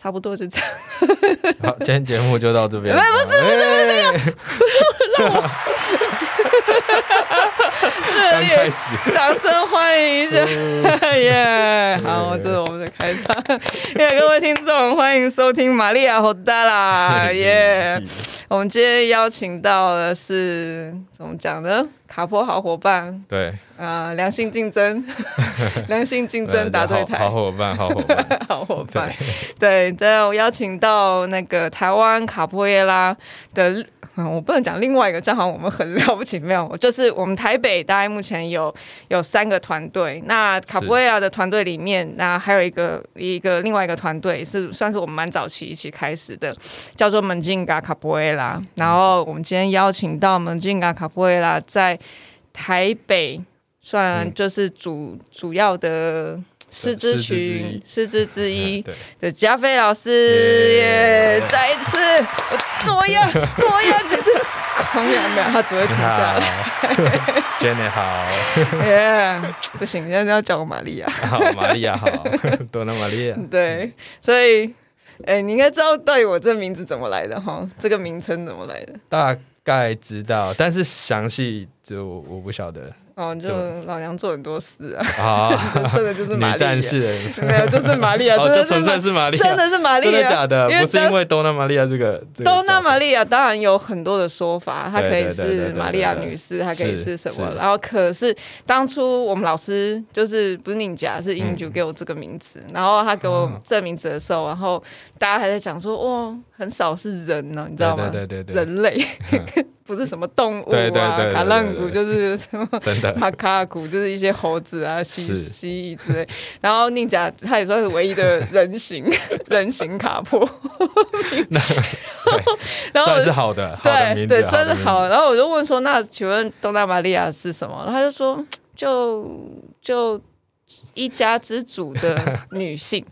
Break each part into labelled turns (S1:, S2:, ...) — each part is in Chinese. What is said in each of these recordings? S1: 差不多就这样。
S2: 好，今天节目就到这边。
S1: 不
S2: 不是不是不是，
S1: 热
S2: 刚开
S1: 烈
S2: 始。
S1: 掌声欢迎一下，耶！好，
S2: 对
S1: 这是我们的开场。 耶，各位听众，欢迎收听《玛利亚·侯达 拉》耶！我们今天邀请到的是怎么讲呢？卡坡好伙伴
S2: 对，
S1: 啊、呃良性竞 争，良性竞争答对台
S2: 好，好伙伴，好伙伴。
S1: 好伙伴
S2: 对。，
S1: 对，再有邀请到那个台湾卡布耶拉的，嗯，我不能讲另外一个，正好我们很了不起，没有，就是我们台北大概目前有有三个团队，那卡布耶拉的团队里面，那还有一个一个另外一个团队是算是我们蛮早期一起开始的，叫做门禁嘎卡布耶拉，然后我们今天邀请到门禁嘎卡布耶拉在台北算
S2: 嗯
S1: 就是主、主要的。师资
S2: 师资之
S1: 群
S2: 一，
S1: 师资之一
S2: 嗯，对，
S1: 的加菲老师耶
S2: 耶
S1: 再一次我多样多样只是狂扬的，他只会停
S2: 你
S1: 下
S2: 好
S1: 来。
S2: ，Jenny 好，
S1: 耶不行，现在要叫我玛利亚。
S2: 好，玛利亚好，多纳玛利亚。
S1: 对，所以。哎、你应该知道到底我这名字怎么来的哈，这个名称怎么来的？
S2: 大概知道，但是详细就我不晓得。
S1: 哦，就
S2: 怎
S1: 老娘做很多事啊，
S2: 啊，
S1: 就真的 就是玛利
S2: 女
S1: 亚，
S2: 战士，人
S1: 没有，就是玛利亚，
S2: 哦，
S1: 真
S2: 就
S1: 的是
S2: 纯粹
S1: 玛，
S2: 是玛利亚，
S1: 真的是玛利
S2: 真的
S1: 亚，
S2: 假的？
S1: 因为
S2: 不是因为多纳玛利亚这个
S1: 东纳玛
S2: 利
S1: 利亚当然有很多的说法，她可以
S2: 对对对对
S1: 是
S2: 对对
S1: 玛利亚
S2: 对
S1: 女士，她可以是
S2: 是
S1: 什么？
S2: 是
S1: 然后可是当初我们老师就是不是宁甲是英九给我这个名字，然后他给
S2: 嗯
S1: 我这名字的时候，然后大家还在讲说哇，很少是人呢，你知道吗？
S2: 对对对对对，
S1: 人类 不是什么动物
S2: 对对对对
S1: 啊，
S2: 对
S1: 卡浪
S2: 对
S1: 古
S2: 对
S1: 就是什么
S2: 真的
S1: 马卡古就是一些猴子啊、蜥
S2: 是
S1: 蜥蜴之类，然后宁甲他也算是唯一的人形 人形卡坡， 然后我
S2: 算
S1: 就是
S2: 好的，好的
S1: 对
S2: 名字
S1: 对，算是。
S2: 的名字
S1: 好。然后我就问说，那请问东大玛利亚是什么？然后他就说，就就一家之主的女 性，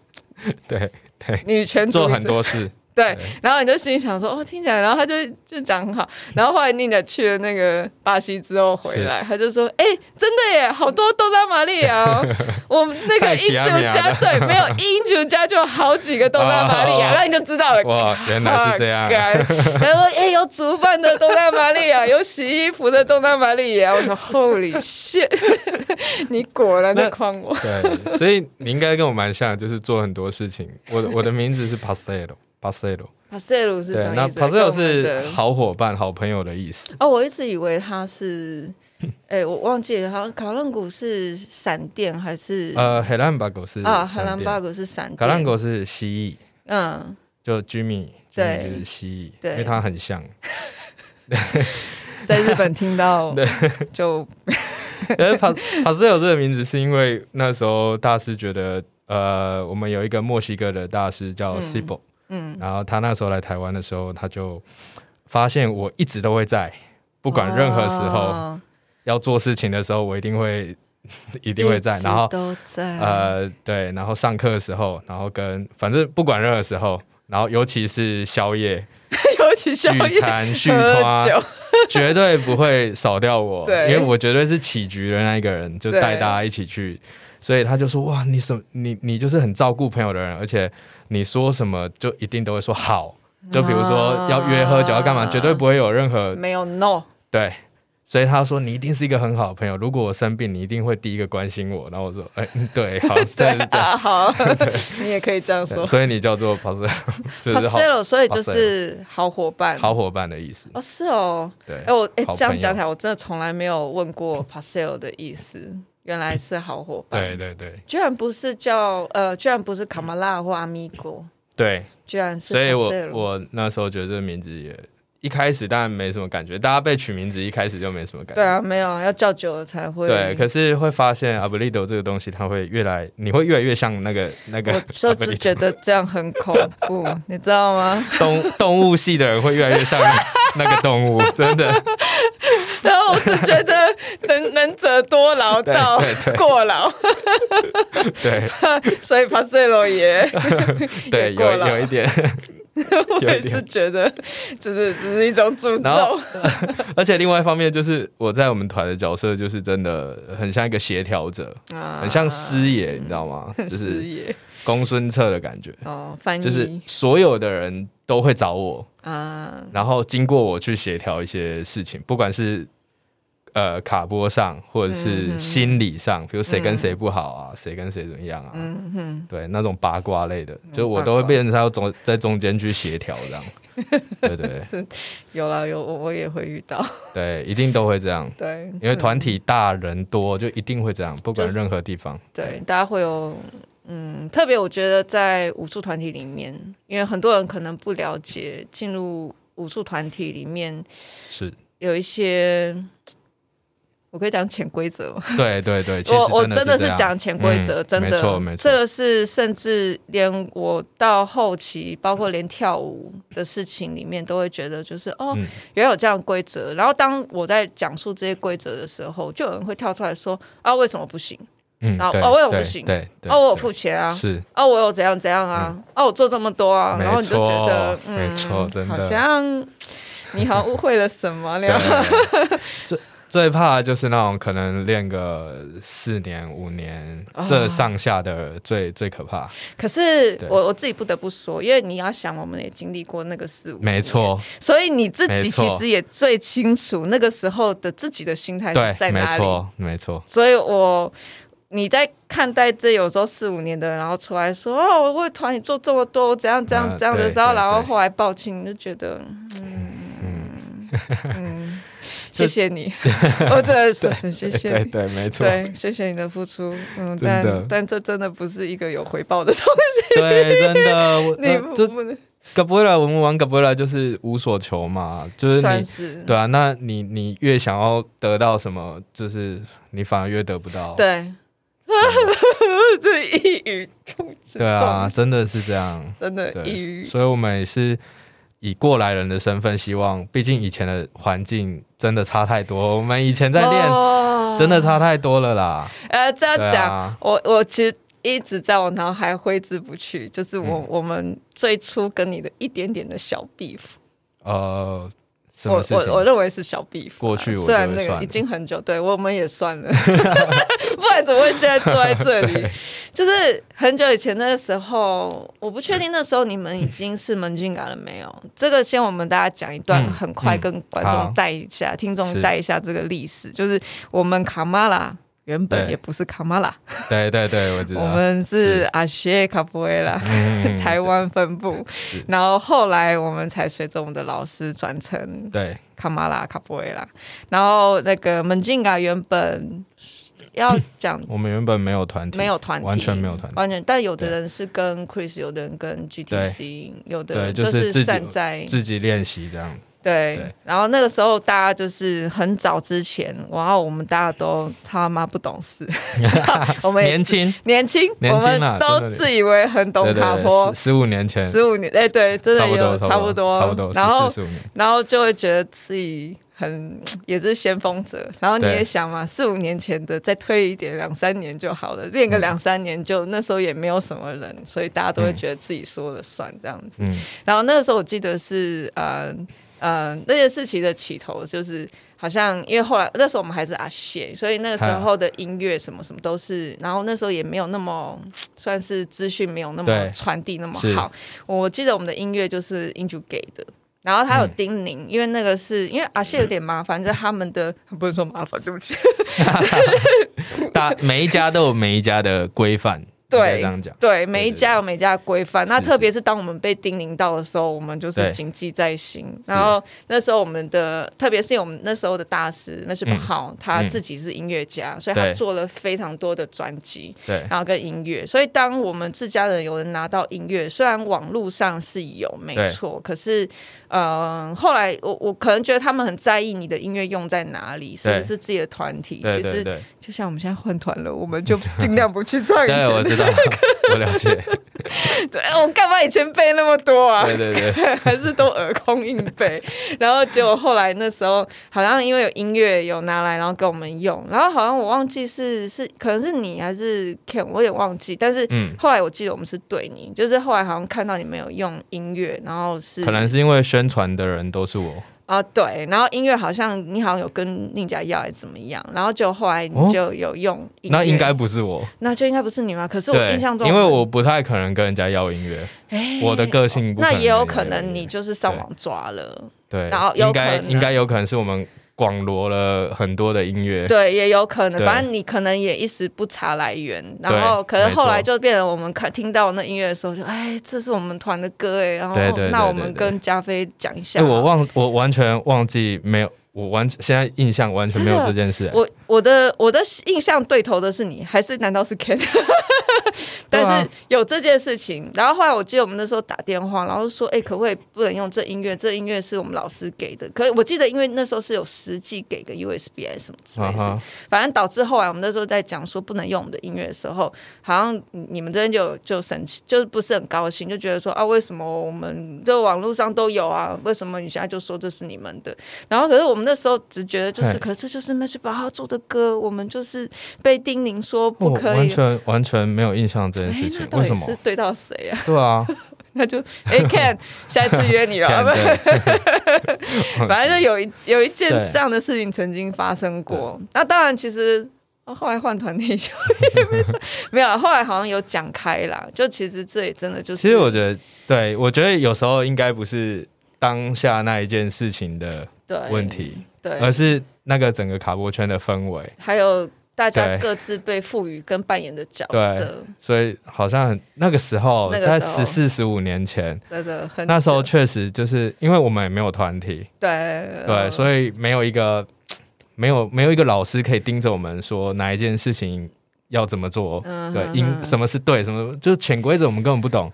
S2: 对对，
S1: 女权主义
S2: 做
S1: 者
S2: 很多 事，
S1: 对
S2: 对。
S1: 然后你就心里想说，哦，听起来，然后他就就讲很好。然后后来宁姐去了那个巴西之后回来，他就说，哎，真的耶，好多东大玛利亚哦。 我们那个
S2: 菜
S1: 英
S2: 奇阿
S1: 九
S2: 米亚
S1: 家对，没有英九家就有好几个东大玛利亚，
S2: 啊 哦
S1: 那你就知道了。
S2: 哇，原来是这 样。啊
S1: 干然后说，哎、有煮饭的东大玛利亚， 有洗衣服的东大玛利亚。我说，Holy shit！你果然在诓我。
S2: 对，所以你应该跟我蛮像，就是做很多事情。我的我的名字是 Pasero，Pasero，
S1: 帕塞鲁是
S2: 对
S1: 什，么
S2: 那
S1: 意思？
S2: Pasero
S1: 跟我
S2: 是
S1: 们的
S2: 好伙伴、好朋友的意思。
S1: 哦，我一直以为他是，哎、我忘记了，好像卡浪谷是闪电还是、
S2: 呃 h e l a n b a g o 是
S1: 啊？
S2: 闪
S1: 哈兰
S2: 电
S1: 巴古是闪电，
S2: 卡兰狗是蜥蜴，
S1: 嗯，
S2: 就 Jimmy，
S1: 对
S2: Jimmy 就是蜥蜴，
S1: 对
S2: 因为它很像。
S1: 在日本听到
S2: 对
S1: 就
S2: 但 是 Pas Paseo 这个名字是因为那时候大师觉得，呃，我们有一个墨西哥的大师叫
S1: 嗯
S2: Sibo，、
S1: 嗯，
S2: 然后他那时候来台湾的时候，他就发现我一直都会在，不管任何时候、
S1: 哦
S2: 要做事情的时候，我一定会 一定会在，
S1: 一直
S2: 然后
S1: 都在，
S2: 呃，对，然后上课的时候，然后跟反正不管任何时候，然后尤其是宵夜、
S1: 尤其宵
S2: 聚
S1: 夜
S2: 餐、 聚
S1: 喝
S2: 团，
S1: 酒，
S2: 绝对不会少掉我，
S1: 对
S2: 因为我绝对是起局的那一个人，就带
S1: 对
S2: 大家一起去。所以他就说：“哇，你什么你你就是很照顾朋友的人，而且你说什么就一定都会说好。就比如说要约喝酒要干嘛，
S1: 啊
S2: 绝对不会有任何
S1: 没有 no。
S2: 对。所以他说你一定是一个很好的朋友，如果我生病，你一定会第一个关心我。然后我说：哎、嗯 对， 好，
S1: 对
S2: 真的是这样。
S1: 啊，好， 你也可以这样
S2: 对
S1: 说。
S2: 所以你叫做 p a s e r 就是好
S1: Pastel，所以就是好伙伴。
S2: 好伙伴的意思。
S1: 哦，是哦。
S2: 对
S1: 哎，，我哎
S2: 好朋友
S1: 这样讲起来，我真的从来没有问过 Pastel 的意思，原来是好伙
S2: 对
S1: 伴。
S2: 对对
S1: 居然不是叫呃，居然不是卡马拉或 Amigo，
S2: 对，
S1: 居然是哦
S2: 所以我
S1: Pastel
S2: 我那时候觉得这个名字也一开始当然没什么感觉，大家被取名字一开始就没什么感觉。
S1: 对啊，没有要叫久了才会。
S2: 对可是会发现 Abuelido 这个东西，它会越来，你会越来越像那个那个
S1: 我就只
S2: Abuelito
S1: 觉得这样很恐怖， 你知道吗？
S2: 动动物系的人会越来越像那个动 物，真的。
S1: 然后我是觉得能能者多劳到
S2: 对对对
S1: 过劳，
S2: 对
S1: 所以 Pastel 也
S2: 对，
S1: 过
S2: 有
S1: 了
S2: 有一点，
S1: 我
S2: 有
S1: 也
S2: 一点
S1: 是觉得，就是只是一种诅
S2: 然后
S1: 咒。
S2: 而且另外一方面就是我在我们团的角色就是真的很像一个协调者，
S1: 啊
S2: 很像师爷，你知道吗？就是
S1: 爷，
S2: 公孙策的感觉，
S1: 哦，翻译
S2: 就是所有的人都会找我，
S1: 啊，
S2: 然后经过我去协调一些事情，不管是呃卡波上，或者
S1: 嗯
S2: 是心理上，比如谁跟谁不好啊，谁跟谁怎么样啊，
S1: 嗯哼，
S2: 对，那种八卦类的，就我
S1: 八卦
S2: 都会变成他要中在中间去协调这样， 对对对
S1: 有了有我我也会遇到，
S2: 对，一定都会这样，
S1: 对，
S2: 因为团体大人多，就一定会这样，不管
S1: 就是
S2: 任何地方，
S1: 对，大家会有，嗯，特别我觉得在武术团体里面，因为很多人可能不了解进入武术团体里面
S2: 是
S1: 有一些，我可以讲潜规则吗？
S2: 对对对，其实
S1: 我我
S2: 真
S1: 的
S2: 是这
S1: 是
S2: 样
S1: 讲潜规则，
S2: 嗯
S1: 真的，
S2: 没错没错，
S1: 这个是甚至连我到后期，包括连跳舞的事情里面，都会觉得就是哦，
S2: 嗯
S1: 原来有这样的规则。然后当我在讲述这些规则的时候，就有人会跳出来说啊，为什么不行？
S2: 嗯，
S1: 然后
S2: 对
S1: 哦我有
S2: 对
S1: 不行
S2: 对对，
S1: 哦，我有
S2: 对
S1: 付钱啊，
S2: 是
S1: 哦，我有怎样怎样啊，哦，我做这么多啊，
S2: 嗯没
S1: 然后你就觉得
S2: 错，
S1: 嗯，
S2: 没错真的
S1: 好像你好像误会了什 么了。
S2: 对，啊 最最怕的就是那种可能练个四年五年、这上下的最最可怕，
S1: 可是
S2: 对
S1: 我我自己不得不说，因为你要想，我们也经历过那个四五，
S2: 没，错，
S1: 所以你自己
S2: 没错
S1: 其实也最清楚那个时候的自己的心态
S2: 对
S1: 是在，
S2: 没
S1: 哪里。
S2: 错，没错，
S1: 所以我你在看待这有时候四五年的人，然后出来说哦，我为团体做这么多，我怎样怎样
S2: 嗯
S1: 怎样的
S2: 对
S1: 时候，啊
S2: 对
S1: 然后
S2: 对
S1: 后来抱歉，你就觉得
S2: 嗯，
S1: 嗯，谢
S2: 这
S1: 谢你， 我真的是是谢谢
S2: 对
S1: 你。
S2: 对，没错，
S1: 对，谢谢你的付出，嗯，
S2: 真的
S1: 但但这真的不是一个有回报的东
S2: 对，真的，我
S1: 西，你
S2: 呃就
S1: 不能
S2: g a b r i 我们玩 g a b r i 就是无所求嘛，就是
S1: 算
S2: 你。
S1: 是
S2: 对啊，那你你越想要得到什么，就是你反而越得不到。
S1: 对， 这一语中之
S2: 对啊，
S1: 中，
S2: 真的是这样。
S1: 真的，一
S2: 对，
S1: 语
S2: 所以我们也是以过来人的身份，希望，毕竟以前的环境真的差太多，我们以前在练
S1: 哦
S2: 真的差太多了啦。
S1: 呃，这样
S2: 对
S1: 讲，
S2: 啊，
S1: 我我其实一直在我脑海挥之不去，就是我、
S2: 嗯
S1: 我们最初跟你的一点点的小 beef，
S2: 呃，什么
S1: 我
S2: 事
S1: 我我
S2: 情？
S1: 认为是小 beef 啊。
S2: 过去我
S1: 虽然
S2: 就会
S1: 那
S2: 算
S1: 个
S2: 了
S1: 已经很久，对我们也算 了， 不然怎么会现在坐在这里？就是很久以前那个时候，我不确定那时候你们已经是门禁感了没有。这个先我们大家讲一段，
S2: 嗯
S1: 很快
S2: 嗯
S1: 跟观
S2: 好
S1: 众带一下，听众
S2: 是
S1: 带一下这个历史，就是我们卡玛拉。原本
S2: 对
S1: 也不是卡玛拉，
S2: 对对对，我知道。
S1: 我们是
S2: 是
S1: 阿谢卡布埃拉，
S2: 嗯
S1: 台湾分部
S2: 是。
S1: 然后后来我们才随着我们的老师转成
S2: 对
S1: 卡马拉卡布埃拉。然后那个门禁嘎原本要 讲
S2: 我们原本没有团体，
S1: 没有团体，
S2: 完全没有团体，
S1: 完全。但有的人是跟 Chris，有的人跟 GTC，有的人
S2: 对就是是自己
S1: 散在
S2: 自己练习这样。
S1: 对
S2: 对。
S1: 然后那个时候大家就是很早之前，然后我们大家都他妈不懂 事，我们也
S2: 年轻，
S1: 年轻，
S2: 年轻
S1: 我
S2: 啦
S1: 们都
S2: 真的
S1: 自以为很懂
S2: 对对
S1: 卡
S2: 对，
S1: 坡
S2: 十。十五年前，
S1: 十五年，哎、对，真
S2: 差
S1: 的
S2: 不
S1: 有
S2: 多
S1: 差
S2: 不
S1: 不
S2: 多
S1: 多，
S2: 差不多，
S1: 然后
S2: 十四十五年，
S1: 然后就会觉得自己很也是先锋者，然后你
S2: 对
S1: 也想嘛，四五年前的再推一点，两三年就好了，练个
S2: 嗯
S1: 两三年就、那时候也没有什么人，所以大家都会觉得自己说了算这样子。
S2: 嗯，
S1: 然后那个时候我记得是呃呃那件事情的起头就是。好像因为后来那时候我们还是阿谢，所以那个时候的音乐什么什么都是，然后那时候也没有那么算是资讯没有那么
S2: 对
S1: 传递那么
S2: 是
S1: 好。我记得我们的音乐就是英主给的。然后他有
S2: 嗯
S1: 叮咛，因为那个是因为阿谢有点麻烦，就是他们的 不能说麻烦，对不起，
S2: 大每一家都有每一家的规 范，
S1: 对
S2: 应该这样讲，
S1: 对，每一
S2: 对
S1: 家有每一家的规范。那
S2: 是
S1: 特别是当我们被叮咛到的时候，我们就是
S2: 对
S1: 谨记在心。然后那时候我们的，特别是因为我们那时候的大师那是不
S2: 嗯
S1: 好，他
S2: 嗯
S1: 自己是音乐家，所以他
S2: 对
S1: 做了非常多的专辑，
S2: 对，
S1: 然后跟音乐。所以当我们自家人有人拿到音乐，虽然网络上是有没
S2: 对
S1: 错，可是呃，后来我我可能觉得他们很在意你的音乐用在哪里，是不
S2: 对
S1: 是自己的团体？
S2: 对
S1: 其
S2: 对
S1: 实
S2: 对。
S1: 就像我们现在换团了，我 们就尽量不去唱以前
S2: 对，我知道，我了解。
S1: 对哎我干嘛以前背那么多啊？
S2: 对对对，
S1: 还是都耳空硬 背。然后结果后来那时候好像因为有音乐有拿来，然后给我们用，然后好像我忘记是是可能是你还是 Ken，我有点忘记。但是
S2: 嗯，
S1: 后来我记得我们是对你，就是后来好像看到你们有用音乐，然后是
S2: 可能是因为宣传的人都是我，
S1: 啊，对，然后音乐好像你好像有跟宁家要还是怎么样，然后就后来
S2: 哦
S1: 你就有用音乐、
S2: 那应该不是我，
S1: 那就应该不是你吗？可是我
S2: 对，
S1: 印象中，
S2: 因为我不太可能跟人家要音乐，
S1: 哎
S2: 我的个性不
S1: 那
S2: 可能
S1: 也有
S2: 跟
S1: 可
S2: 人家要
S1: 能
S2: 音乐
S1: 你就是上网抓了，
S2: 对，
S1: 然后有
S2: 应该
S1: 可能
S2: 应该有可能是我们广罗了很多的音乐，
S1: 对，也有可能，
S2: 对
S1: 反正你可能也一时不查来源，
S2: 对
S1: 然后可
S2: 没
S1: 能
S2: 错
S1: 后来就变成我们看听到那音乐的时候就，哎，这是我们团的歌哎，然后
S2: 对对
S1: 那
S2: 对
S1: 我
S2: 对
S1: 们
S2: 对
S1: 跟加菲讲一下
S2: 哎，。我忘我完全忘记没有，我完现在印象完全没有
S1: 真的
S2: 这件事。
S1: 我我的我的印象对头的是你，还是难道是 Ken？
S2: 对啊
S1: 但是有这件事情，然后后来我记得我们那时候打电话，然后说，哎、可不可以不能用这音乐？这音乐是我们老师给的。可是我记得，因为那时候是有实际给个 USB 还是什么之类
S2: 啊
S1: 的事情
S2: 哈，
S1: 反正导致后啊来我们那时候在讲说不能用我们的音乐的时候，好像你们这边就有就生气，就是不是很高兴，就觉得说啊，为什么我们这网络上都有啊？为什么你现在就说这是你们的？然后可是我们那时候只觉得就是，
S2: 嘿
S1: 可是这就是 Match 把他做的歌，我们就是被叮咛说
S2: 我
S1: 不可
S2: 完
S1: 以。
S2: 全完全没有印象这件
S1: 哎
S2: 事，
S1: 那
S2: 情，
S1: 到
S2: 为
S1: 底
S2: 什么
S1: 是？对到谁啊？
S2: 对啊，
S1: 那就哎、看下一次约你了，啊
S2: 看
S1: 不
S2: 对
S1: 反正就有一有一件
S2: 对
S1: 这样的事情曾经发生过。那当然，其实、哦后来换团体就 也没什么没有啊，后来好像有讲开啦。就其实这也真的就是，
S2: 其实我觉得，对我觉得有时候应该不是当下那一件事情的
S1: 对
S2: 问题，而
S1: 对，
S2: 是那个整个卡波圈的氛围。
S1: 还有大家
S2: 对
S1: 各自被赋予跟扮演的角色，
S2: 所以好像很那个时候，
S1: 那个
S2: 在
S1: 时候
S2: 十四十五年前，
S1: 真的很
S2: 那时候
S1: 久
S2: 确实就是因为我们也没有团体，
S1: 对
S2: 对，所以没有一个没有没有一个老师可以盯着我们说哪一件事情要怎么做，
S1: 嗯
S2: 对，
S1: 哼
S2: 应
S1: 哼
S2: 什么是对，什么就是潜规则我们根本不懂，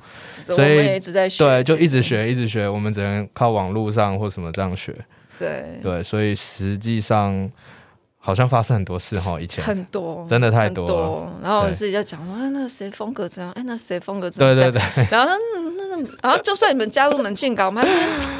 S1: 以
S2: 所以
S1: 我们也一直在学，
S2: 对，就一直
S1: 其实
S2: 学一直学，我们只能靠网络上或什么这样学，
S1: 对
S2: 对，所以实际上好像发生很多事哈，以前
S1: 很多
S2: 真的太
S1: 很
S2: 多了，
S1: 多，然后我
S2: 对
S1: 们自己在讲说啊，那谁风格怎样？哎，那谁风格怎
S2: 对
S1: 样？
S2: 对对，
S1: 然后他嗯那那，然后就算你们加入门禁稿，我们还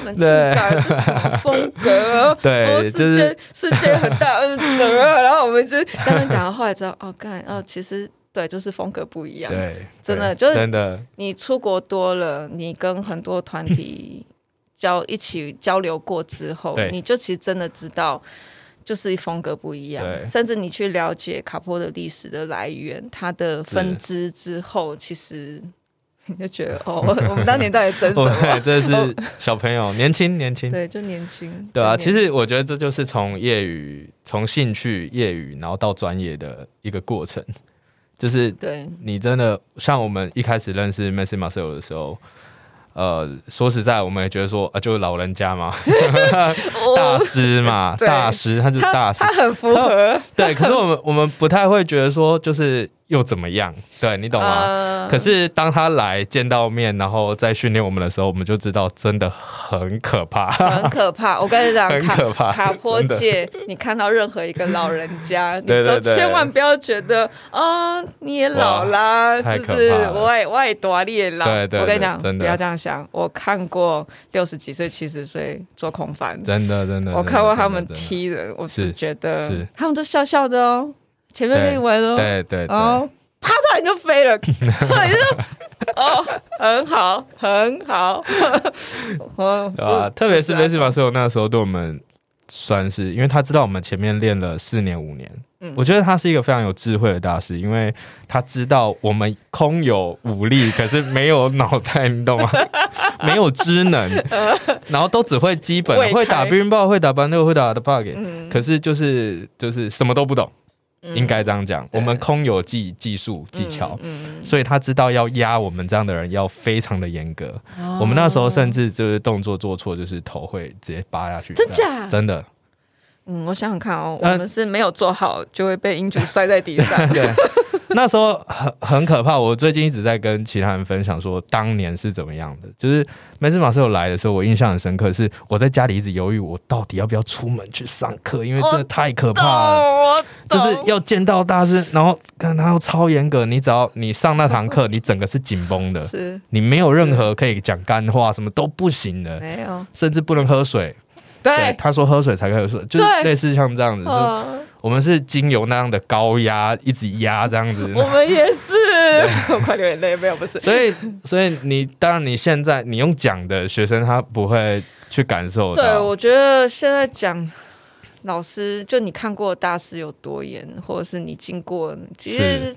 S1: 嗯门禁稿这什么风格啊？
S2: 对
S1: 哦，
S2: 就
S1: 世
S2: 是
S1: 界世界很大，呃，怎么样？然后我们 就在那边讲，后来知道哦，干哦，其实对，就是风格不一样。
S2: 对，
S1: 真的
S2: 对
S1: 就是
S2: 真 的，
S1: 你出国多了，你跟很多团 体交一起交流过之后
S2: 对，
S1: 你就其实真的知道。就是风格不一样
S2: 对，
S1: 甚至你去了解卡坡的历史的来源、它的分支之后，其实你就觉得 哦，我我们当年到底争什
S2: 我
S1: 么？
S2: 们 这是小朋友，年轻年轻。
S1: 对，就年轻。
S2: 对啊，
S1: 就
S2: 其
S1: 年
S2: 实我觉得这就是从业余、从兴趣、业余，然后到专业的一个过程。就是
S1: 对
S2: 你真的像我们一开始认识 Messi Marcel 的时候，呃，说实在，我们也觉得说，啊，就是老人家嘛， 大
S1: 我
S2: 师嘛，
S1: 哦 对
S2: 大师，他就是大
S1: 他
S2: 师
S1: 他，很符合，
S2: 对。可是我们我们不太会觉得说，就是又怎么样，对你懂吗？
S1: 呃
S2: 可是当他来见到面，然后再训练我们的时候，我们就知道真的很可怕，
S1: 呃很可怕。我跟你讲，
S2: 很
S1: 卡
S2: 可 怕，
S1: 卡坡
S2: 真的
S1: 界，你看到任何一个老人 家，你
S2: 对对
S1: 都
S2: 对
S1: 千万不要觉得啊、你也老啦，
S2: 太
S1: 就
S2: 可
S1: 是
S2: 怕了
S1: 我也我也多你也老。
S2: 对对
S1: 我跟你
S2: 对
S1: 讲，
S2: 真的
S1: 不要这样想。我看过六十几岁、七十岁做空翻，
S2: 真的真的，
S1: 我看过他们
S2: 真的，
S1: 踢人，我
S2: 是
S1: 是觉得
S2: 是
S1: 他们都笑笑的哦，前面跟你玩哦，
S2: 真的对对
S1: 然后
S2: 对，
S1: 啪嚓你就飞了， 后来就哦，很好，很好， 哦
S2: 对吧？特别是贝斯马斯我那时候对我们算是，因为他知道我们前面练了四年五年，
S1: 嗯
S2: 我觉得他是一个非常有智慧的大师，因为他知道我们空有武力，可是没有脑袋，你 懂吗？没有知能，
S1: 呃
S2: 然后都只会基本
S1: 未，开
S2: 会打避孕炮，会打 b a 会打 debug，、
S1: 嗯
S2: 可是就是就是什么都不懂，
S1: 嗯
S2: 应该这样讲，
S1: 对
S2: 我们空有技技术技巧。
S1: 嗯
S2: 所以他知道要压我们这样的人要非常的严格。
S1: 哦
S2: 我们那时候甚至就是动作做错，就是头会直接扒下去。
S1: 真
S2: 这样
S1: 假
S2: 真的，
S1: 嗯，我想想看哦，我
S2: 呃。
S1: 们是没有做好就会被英主摔在地上
S2: 对。那时候很很可怕，我最近一直在跟其他人分享说当年是怎么样的。就是梅斯马斯有来的时候，我印象很深刻，是我在家里一直犹豫，我到底要不要出门去上课，因为真的太可怕了。
S1: 哦我
S2: 就
S1: 懂
S2: 是要见到大师，然后看他要超严格，你只要你上那堂课，你整个是紧绷的，
S1: 是
S2: 你没有任何可以讲干话，什么都不行的。
S1: 没有
S2: 甚至不能喝水。对，
S1: 对，
S2: 他说喝水才可以喝水，就是
S1: 对
S2: 类似像这样子，就是
S1: 嗯，
S2: 我们是经由那样的高压一直压这样子。
S1: 我们也是， 我快流眼泪，没有不是，
S2: 所以，所以你当然你现在你用讲的学生他不会啊去感受到。
S1: 对，我觉得现在讲老师，就你看过的大师有多严，或者是你经过，其实
S2: 是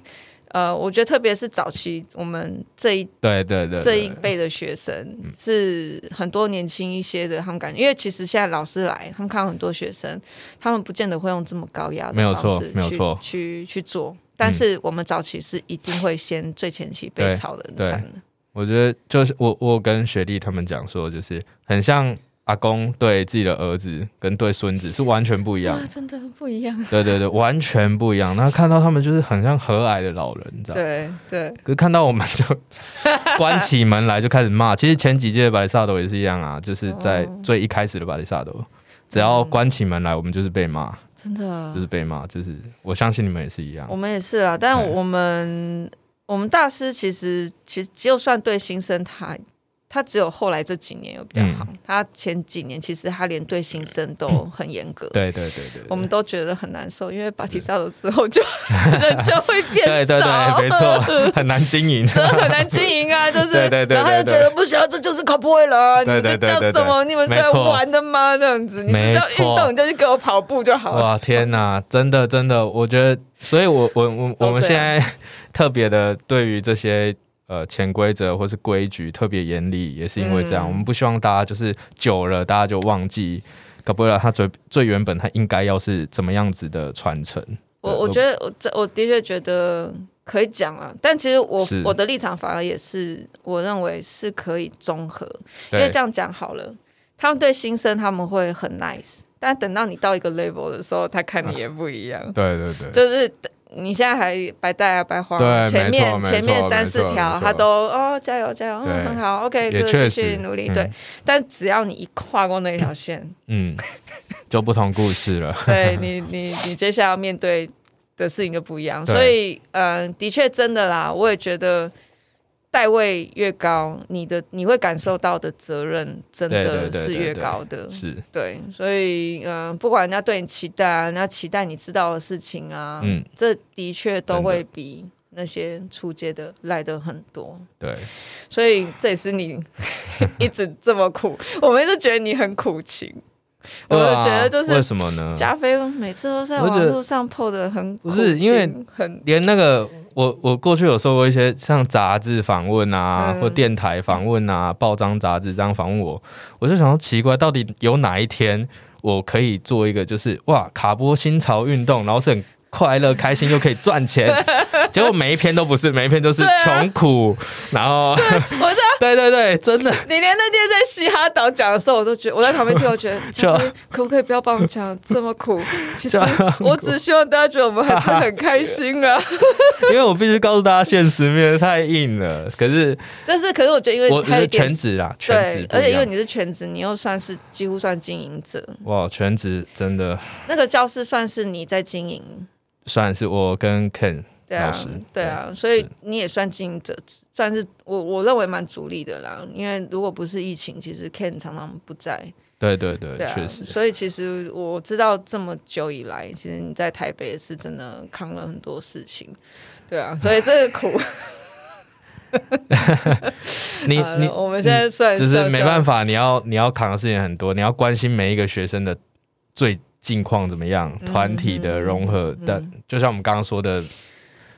S1: 呃，我觉得特别是早期我们这一
S2: 对对对，嗯
S1: 这一
S2: 对
S1: 辈的学生是很多年轻一些的，他们感觉，因为其实现在老师来，他们看到很多学生，他们不见得会用这么高压的
S2: 没有
S1: 方
S2: 错
S1: 式
S2: 没有
S1: 去
S2: 错
S1: 去去做。但是我们早期是一定会先最前期被
S2: 嗯对
S1: 炒人
S2: 对
S1: 惨的，
S2: 我觉得就是我我有跟学弟他们讲说，就是很像阿公对自己的儿子跟对孙子是完全不一样
S1: 哇，。真的不一样。
S2: 对对对，完全不一样。那看到他们就是很像和蔼的老人，你知道吗？
S1: 对对，
S2: 可是看到我们 就关起门来就开始骂。其实前几届的巴里萨多也是一样啊，就是在
S1: 哦
S2: 最一开始的巴里萨多，只要关起门来，我们就是被骂，
S1: 真的
S2: 就是被骂，就是我相信你们也是一样
S1: 我。们也是啊，但
S2: 对
S1: 我们我们大师其实其实就算对新生他。他只有后来这几年有比较好，
S2: 嗯
S1: 他前几年其实他连对新生都很严格，
S2: 对对对对，对
S1: 我们都觉得很难受，因为巴提萨罗之后 就 人就会变
S2: 对对
S1: 少
S2: 对，没错，很难经营。
S1: 真的很难经营啊，就是，
S2: 对对对
S1: 然后他就
S2: 对
S1: 觉
S2: 对
S1: 得不行，这就是考普威了，你
S2: 对
S1: 们在
S2: 对对
S1: 叫
S2: 对
S1: 什么？你们是来
S2: 没错
S1: 玩的吗？这样子，你只是要
S2: 没
S1: 运
S2: 错
S1: 动，你就去给我跑步就好了。
S2: 哇天哪，真的真的，我觉得，所以我我我
S1: 都
S2: 我们
S1: 这
S2: 现
S1: 样
S2: 在特别的对于这些呃潜规则或是规矩特别严厉，也是因为这样，
S1: 嗯
S2: 我们不希望大家就是久了大家就忘记。搞不了，他最最原本他应该要是怎么样子的传承？
S1: 我
S2: 对
S1: 我觉得我这我的确觉得可以讲啊，但其实我
S2: 是
S1: 我的立场反而也是，我认为是可以综合，因为
S2: 对
S1: 这样讲好了，他们对新生他们会很 nice，但等到你到一个 level 的时候，他看你也不一样，
S2: 对对对，
S1: 就是。你现在还白带啊，白花啊，
S2: 对
S1: 前面
S2: 没错
S1: 前面
S2: 没错
S1: 三四
S2: 没错
S1: 条
S2: 没错
S1: 他都哦加油加油，
S2: 对
S1: 嗯很好，OK，
S2: 也
S1: 各
S2: 确
S1: 继
S2: 实
S1: 续努力，
S2: 嗯
S1: 对。但只要你一跨过那一条 线，
S2: 嗯，就不同故事了。
S1: 对你，你你接下来要面对的事情就不一样，
S2: 对
S1: 所以，嗯、的确真的啦，我也觉得代位越高，你的你会感受到的责任真的
S2: 对对对
S1: 是
S2: 对
S1: 越
S2: 对
S1: 高的，
S2: 是，
S1: 对，所以，嗯、不管人家对你期待啊，人家期待你知道的事情啊，
S2: 嗯
S1: 这的确都
S2: 真的
S1: 会比那些出街的来的很多，
S2: 对，
S1: 所以这也是 你一直这么苦，我们就觉得你很苦情，我
S2: 对
S1: 就
S2: 啊
S1: 觉得就是
S2: 为什么呢？
S1: 加菲每次都在
S2: 我觉
S1: 网
S2: 得
S1: 络上 PO 的很
S2: 不是
S1: 苦情
S2: 因为
S1: 很
S2: 连那个我我过去有受过一些像杂志访问啊，
S1: 嗯
S2: 或电台访问啊，报章杂志这样访问我，我就想要奇怪，到底有哪一天我可以做一个就是哇卡波新潮运动，然后是很。快乐、开心又可以赚 钱，结果每一篇都不是，每一篇都是
S1: 对啊
S2: 穷苦，然后
S1: 啊我知道
S2: 对对对，真的
S1: 你连那天在嘻哈岛讲的时候，我都觉得我在旁边听，我觉得
S2: 就
S1: 加菲可不可以不要帮我讲这么 苦？其实我只希望大家觉得我们还是很开心啊啦。
S2: 因为我必须告诉大家，现实面太硬了。可是
S1: 但是，可是我觉得因为
S2: 我
S1: 还有一
S2: 是
S1: 点
S2: 全职啦，全
S1: 对
S2: 职，不
S1: 而且
S2: 一
S1: 因为
S2: 样。
S1: 你是全职，你又算是几乎算经营者，
S2: 哇，全职真的
S1: 那个教室算是你在经营，
S2: 算是我跟 Ken
S1: 对啊
S2: 老师，
S1: 对啊，所以你也算经营者，算是我我认为蛮主力的啦。因为如果不是疫情，其实 Ken 常常不在，
S2: 对对对，
S1: 对啊
S2: 确、，实，
S1: 所以其实我知道这么久以来，其实你在台北也是真的扛了很多事情，对啊， 所以这个苦，
S2: 你
S1: 好了
S2: 你
S1: 呃我们现在算
S2: 只是没办
S1: 法，
S2: 法，你要你要扛的事情很多，你要关心每一个学生的最近况怎么样，
S1: 嗯
S2: 团体的融合的，就像我们刚刚说的，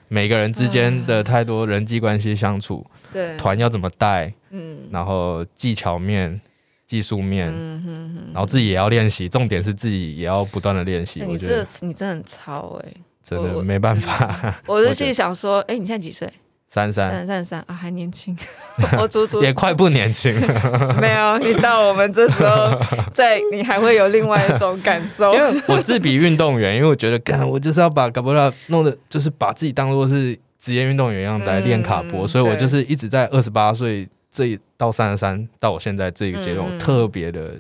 S2: 每个人之间的太多人际关系相处，
S1: 对，
S2: 团要怎么带，
S1: 嗯
S2: 然后技巧面、技术面，
S1: 嗯哼哼，
S2: 然后自己也要练习，重点是自己也要不断的练习。
S1: 哎
S2: 我
S1: 你
S2: 觉
S1: 这
S2: 得
S1: 个你真的很超哎、
S2: 真
S1: 我
S2: 的
S1: 我
S2: 没办法，
S1: 我就
S2: 觉
S1: 心
S2: 得
S1: 里想说，哎、你现在几岁？
S2: 珊珊
S1: 三三三啊，还年 轻，我足足
S2: 也快不年轻了。
S1: 没 有，你到我们这时候，在你还会有另外一种感受
S2: 因。为我自比运动员，因为我觉得，干，我就是要把卡波拉弄的，就是把自己当做是职业运动员一样来练卡波，
S1: 嗯
S2: 所以我
S1: 对
S2: 就是一直在二十八岁这一到三十三到我现在这个阶段，
S1: 嗯
S2: 我特别的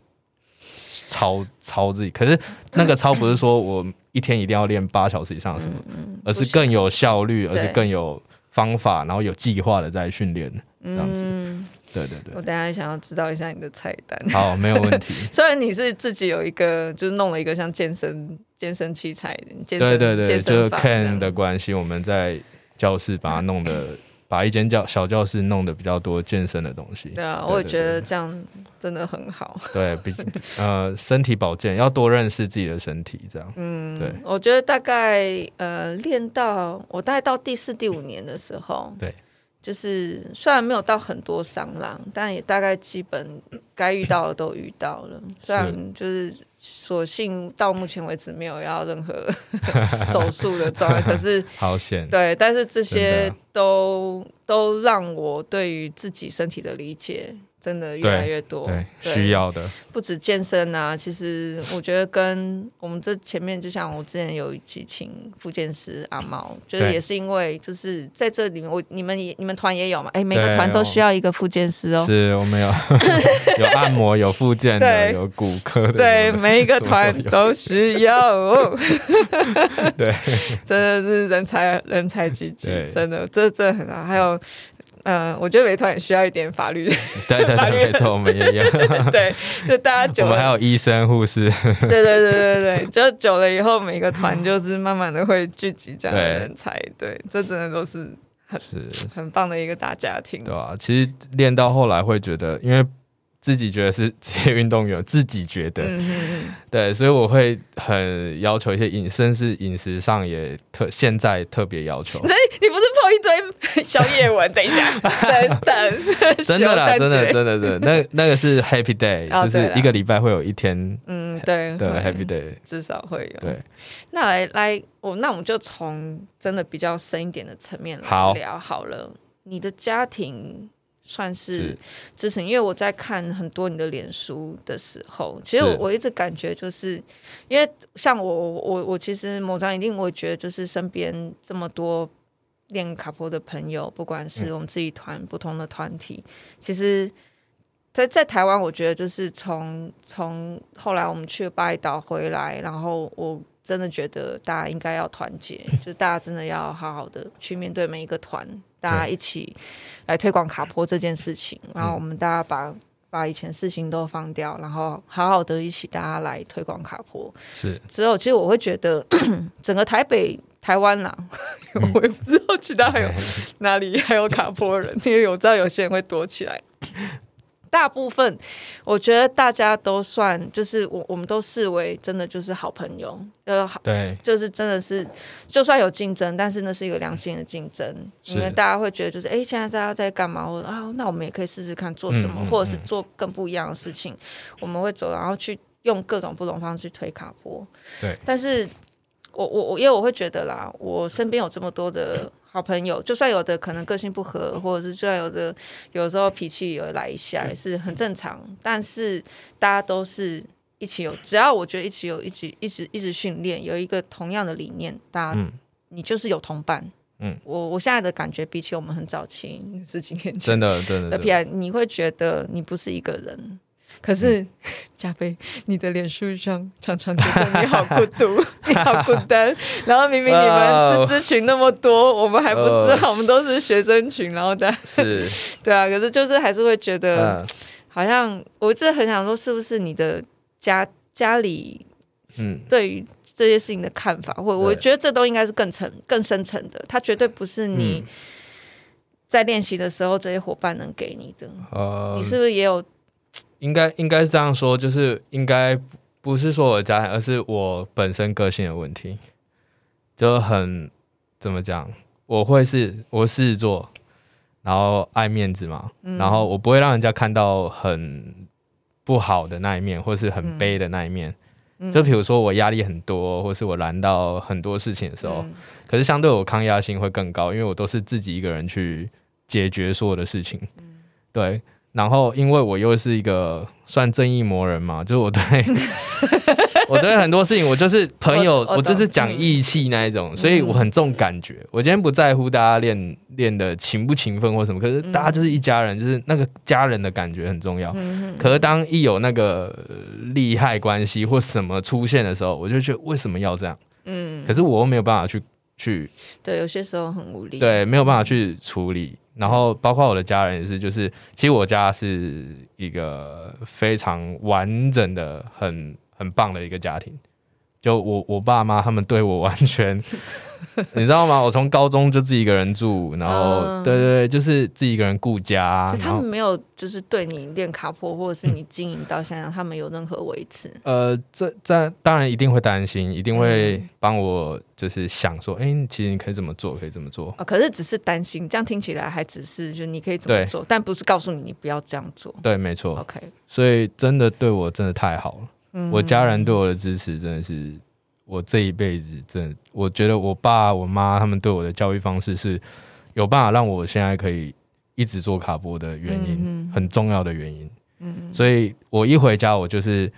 S2: 操操自己。可是那个操不是说我一天一定要练八小时以上的什么，
S1: 嗯
S2: 而是更有效率，而
S1: 对
S2: 是更有方法，然后有计划的在训练。
S1: 这
S2: 样子
S1: 嗯、
S2: 对对
S1: 我
S2: 对，
S1: 等一下想要知道一下你的菜单。
S2: 好，没有问题。
S1: 虽然你是自己有一个，就是弄了一个像健身健身器材，健身
S2: 对对对，
S1: 健
S2: 就
S1: 身
S2: 是
S1: 房这
S2: Ken
S1: 样
S2: 的关系，我们在教室把它弄得把一间教小教室弄得比较多健身的东西。
S1: 对啊，
S2: 对
S1: 我也
S2: 对
S1: 觉得这样真的很好。
S2: 对，比呃身体保健要多认识自己的身体，这样。
S1: 嗯，
S2: 对
S1: 我觉得大概呃练到我大概到第四、第五年的时候，
S2: 对，
S1: 就是虽然没有到很多伤啦，但也大概基本该遇到的都遇到 了，虽然就是。所幸到目前为止没有要任 何手术的状态，可是
S2: 好险，
S1: 对，但是这
S2: 真
S1: 些
S2: 的
S1: 都都让我对于自己身体的理解真的越来越多。
S2: 对，需要的，
S1: 不止健身啊，其实我觉得跟我们这前面，就像我之前有一期请复健师阿猫，就是
S2: 对
S1: 也是因为就是在这里面，我你们也你们团也有嘛？哎，每个
S2: 对
S1: 团都
S2: 有
S1: 需要一个复健师哦。
S2: 是 我们有有按摩，有附件的，
S1: 对
S2: 有骨科 的，
S1: 对，
S2: 有的
S1: 每一个团
S2: 什么
S1: 都需要哦。
S2: 对，
S1: 真的是人才人才济济
S2: 对，
S1: 真的，这真的很好。还有，呃，我觉得美团也需要一点法律，
S2: 对对
S1: 法律
S2: 对，没错，我们也有，
S1: 对，就大家久
S2: 我
S1: 了，
S2: 们还有医生、护士，
S1: 对对对对对，就久了以后，每个团就是慢慢的会聚集这样的人才，对，这真的都是
S2: 是，
S1: 很棒的一个大家庭
S2: 对。吧、其实练到后来会觉得，因为自己觉得是 职业运动员，自己觉得，
S1: 嗯嗯
S2: 对，所以我会很要求一些饮，甚至饮食上也特现在特别要求
S1: 嗯，。你你不是破一堆宵夜文？等一 下，等等，
S2: 真的啦，
S1: 修蛋卷
S2: 真的真的真的，那那个是 Happy Day，、
S1: 哦
S2: 就是
S1: 对啦
S2: 一个礼拜会有一天
S1: 嗯，对
S2: 的
S1: 会
S2: Happy Day，
S1: 至少会有。
S2: 对，
S1: 那来来，我那我们就从真的比较深一点的层面来
S2: 好
S1: 聊好了。你的家庭算是
S2: 是
S1: 支持你，因为我在看很多你的脸书的时候，其实
S2: 是
S1: 我我一直感觉就是，因为像我我我我其实某张一定我也觉得就是身边这么多练卡波的朋友，不管是我们自己团、不同的团体，其实在在台湾，我觉得就是从从后来我们去巴厘岛回来，然后我真的觉得大家应该要团结，就是大家真的要好好的去面对每一个团，大家一起来推广卡坡这件事情，然后我们大家把。把以前事情都放掉，然后好好的一起大家来推广卡坡。
S2: 是
S1: 之后，其实我会觉得 整个台北、台湾啦， 我也不知道其他还有哪里还有卡坡人，因为我知道有些人会躲起来。大部分我觉得大家都算，就是我我们都视为真的就是好朋友，呃，好
S2: 对
S1: 就是真的是，就算有竞争，但是那是一个良性的竞争，
S2: 是
S1: 因为大家会觉得就是，哎、现在大家在干嘛？或者啊，那我们也可以试试看做什么，
S2: 嗯嗯
S1: 或者是做更不一样的事情，我们会走，然后去用各种不同方式去推卡波。
S2: 对，
S1: 但是我我我，因为我会觉得啦，我身边有这么多的。好朋友，就算有的可能个性不合，或者是就算有的有时候脾气有来一下，也是很正常。但是大家都是一起有，只要我觉得一起有，一起一直一直训练，有一个同样的理念，大家、
S2: 嗯
S1: 你就是有同伴。
S2: 嗯，
S1: 我我现在的感觉，比起我们很早期十几年前
S2: 真的真的
S1: 的
S2: 真
S1: P
S2: 的
S1: I，你会觉得你不是一个人。可是，
S2: 嗯
S1: 加菲，你的脸书上常常觉得你好孤独， 你好孤单。然后明明你
S2: 哦
S1: 们师资群那么多，我们还不是
S2: 哦
S1: 好，我们都是学生群。然后大家
S2: 是，
S1: 对啊，可是就是还是会觉得，
S2: 嗯
S1: 好像我真的很想说，是不是你的家家里
S2: 嗯，
S1: 对于这些事情的看法，或我
S2: 对
S1: 觉得这都应该是更层、更深层的，它绝对不是你
S2: 嗯
S1: 在练习的时候这些伙伴能给你的。
S2: 呃
S1: 你，是不是也有？
S2: 应该应该是这样说，就是应该不是说我的家庭，而是我本身个性的问题，就很怎么讲，我会是我狮子座，然后爱面子嘛，然后我不会让人家看到很不好的那一面，或是很悲的那一面。就比如说我压力很多，或是我难到很多事情的时候，
S1: 嗯
S2: 可是相对我抗压性会更高，因为我都是自己一个人去解决所有的事情。
S1: 嗯
S2: 对，然后因为我又是一个算正义魔人嘛，就是我 对我对很多事情，我就是朋友，
S1: 我
S2: 我
S1: 我懂嗯
S2: 就是讲义气那一种，所以我很重感觉。我今天不在乎大家练练的勤不勤奋或什么，可是
S1: 嗯
S2: 大家就是一家人，就是那个家人的感觉很重要。
S1: 嗯
S2: 可是当一有那个呃利害关系或什么出现的时候，我就觉得为什么要这样？
S1: 嗯，
S2: 可是我又没有办法去去
S1: 对，有些时候很无力。，
S2: 对，没有办法去处理。然后包括我的家人也是，就是其实我家是一个非常完整的、 很很棒的一个家庭。就我我爸妈他们对我完全你知道吗？我从高中就自己一个人住，然后、
S1: 嗯
S2: 对对对，就是自己一个人顾家
S1: 就，
S2: 然
S1: 他
S2: 后
S1: 们没有就是对你练卡坡或者是你经营到现在，他们有任何维持？
S2: 呃，这这当然一定会担心，一定会
S1: 嗯
S2: 帮我就是想说，哎、其实你可以怎么做，可以怎么做。
S1: 啊，可是只是担心，这样听起来还只是就你可以怎么
S2: 对
S1: 做，但不是告诉你你不要这样做。
S2: 对，没错，
S1: OK，
S2: 所以真的对我真的太好了，
S1: 嗯
S2: 我家人对我的支持真的是我这一辈子真的，我觉得我爸我妈他们对我的教育方式是有办法让我现在可以一直做卡波的原因，
S1: 嗯嗯
S2: 很重要的原因。
S1: 嗯
S2: 所以我一回家，我就是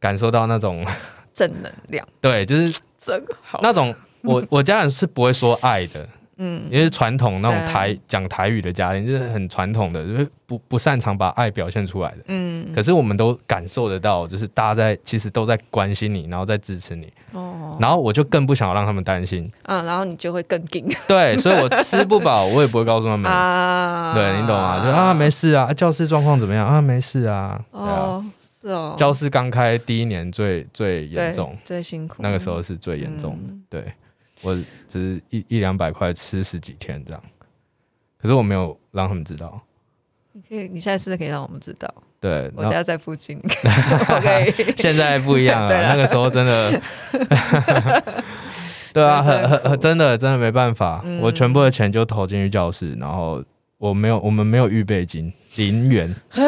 S2: 感受到那种，
S1: 正能量
S2: 对，就是
S1: 真好。
S2: 那种 我我家人是不会说爱的，
S1: 嗯
S2: 因为传统那种
S1: 对
S2: 台讲台语的家庭就是很传统的，就是不不擅长把爱表现出来的。
S1: 嗯
S2: 可是我们都感受得到，就是大家在其实都在关心你，然后在支持你，
S1: 哦
S2: 然后我就更不想让他们担心。
S1: 嗯，然后你就会更硬
S2: 对，所以我吃不饱，我也不会告诉他 们。
S1: 啊
S2: 嗯对你懂吗？就啊没事啊，啊教室状况怎么样啊？没事啊，对啊。
S1: 哦，是哦，
S2: 教室刚开第一年最最严重，
S1: 对最辛苦
S2: 那个时候是最严重的。
S1: 嗯
S2: 对我只是一一两百块吃十几天这样，可是我没有让他们知道。
S1: 你可以，你下次可以让我们知道，
S2: 对，
S1: 我
S2: 然后
S1: 家在附 近 ，OK，
S2: 现在不一 样
S1: 对
S2: 了，
S1: 啦
S2: 那个时候真的， 对啊，
S1: 真的
S2: 很
S1: 很
S2: 很
S1: 苦
S2: 真的真的没办法，
S1: 嗯
S2: 我全部的钱就投进去教室，然后我没有我们没有预备金，零元
S1: 嘿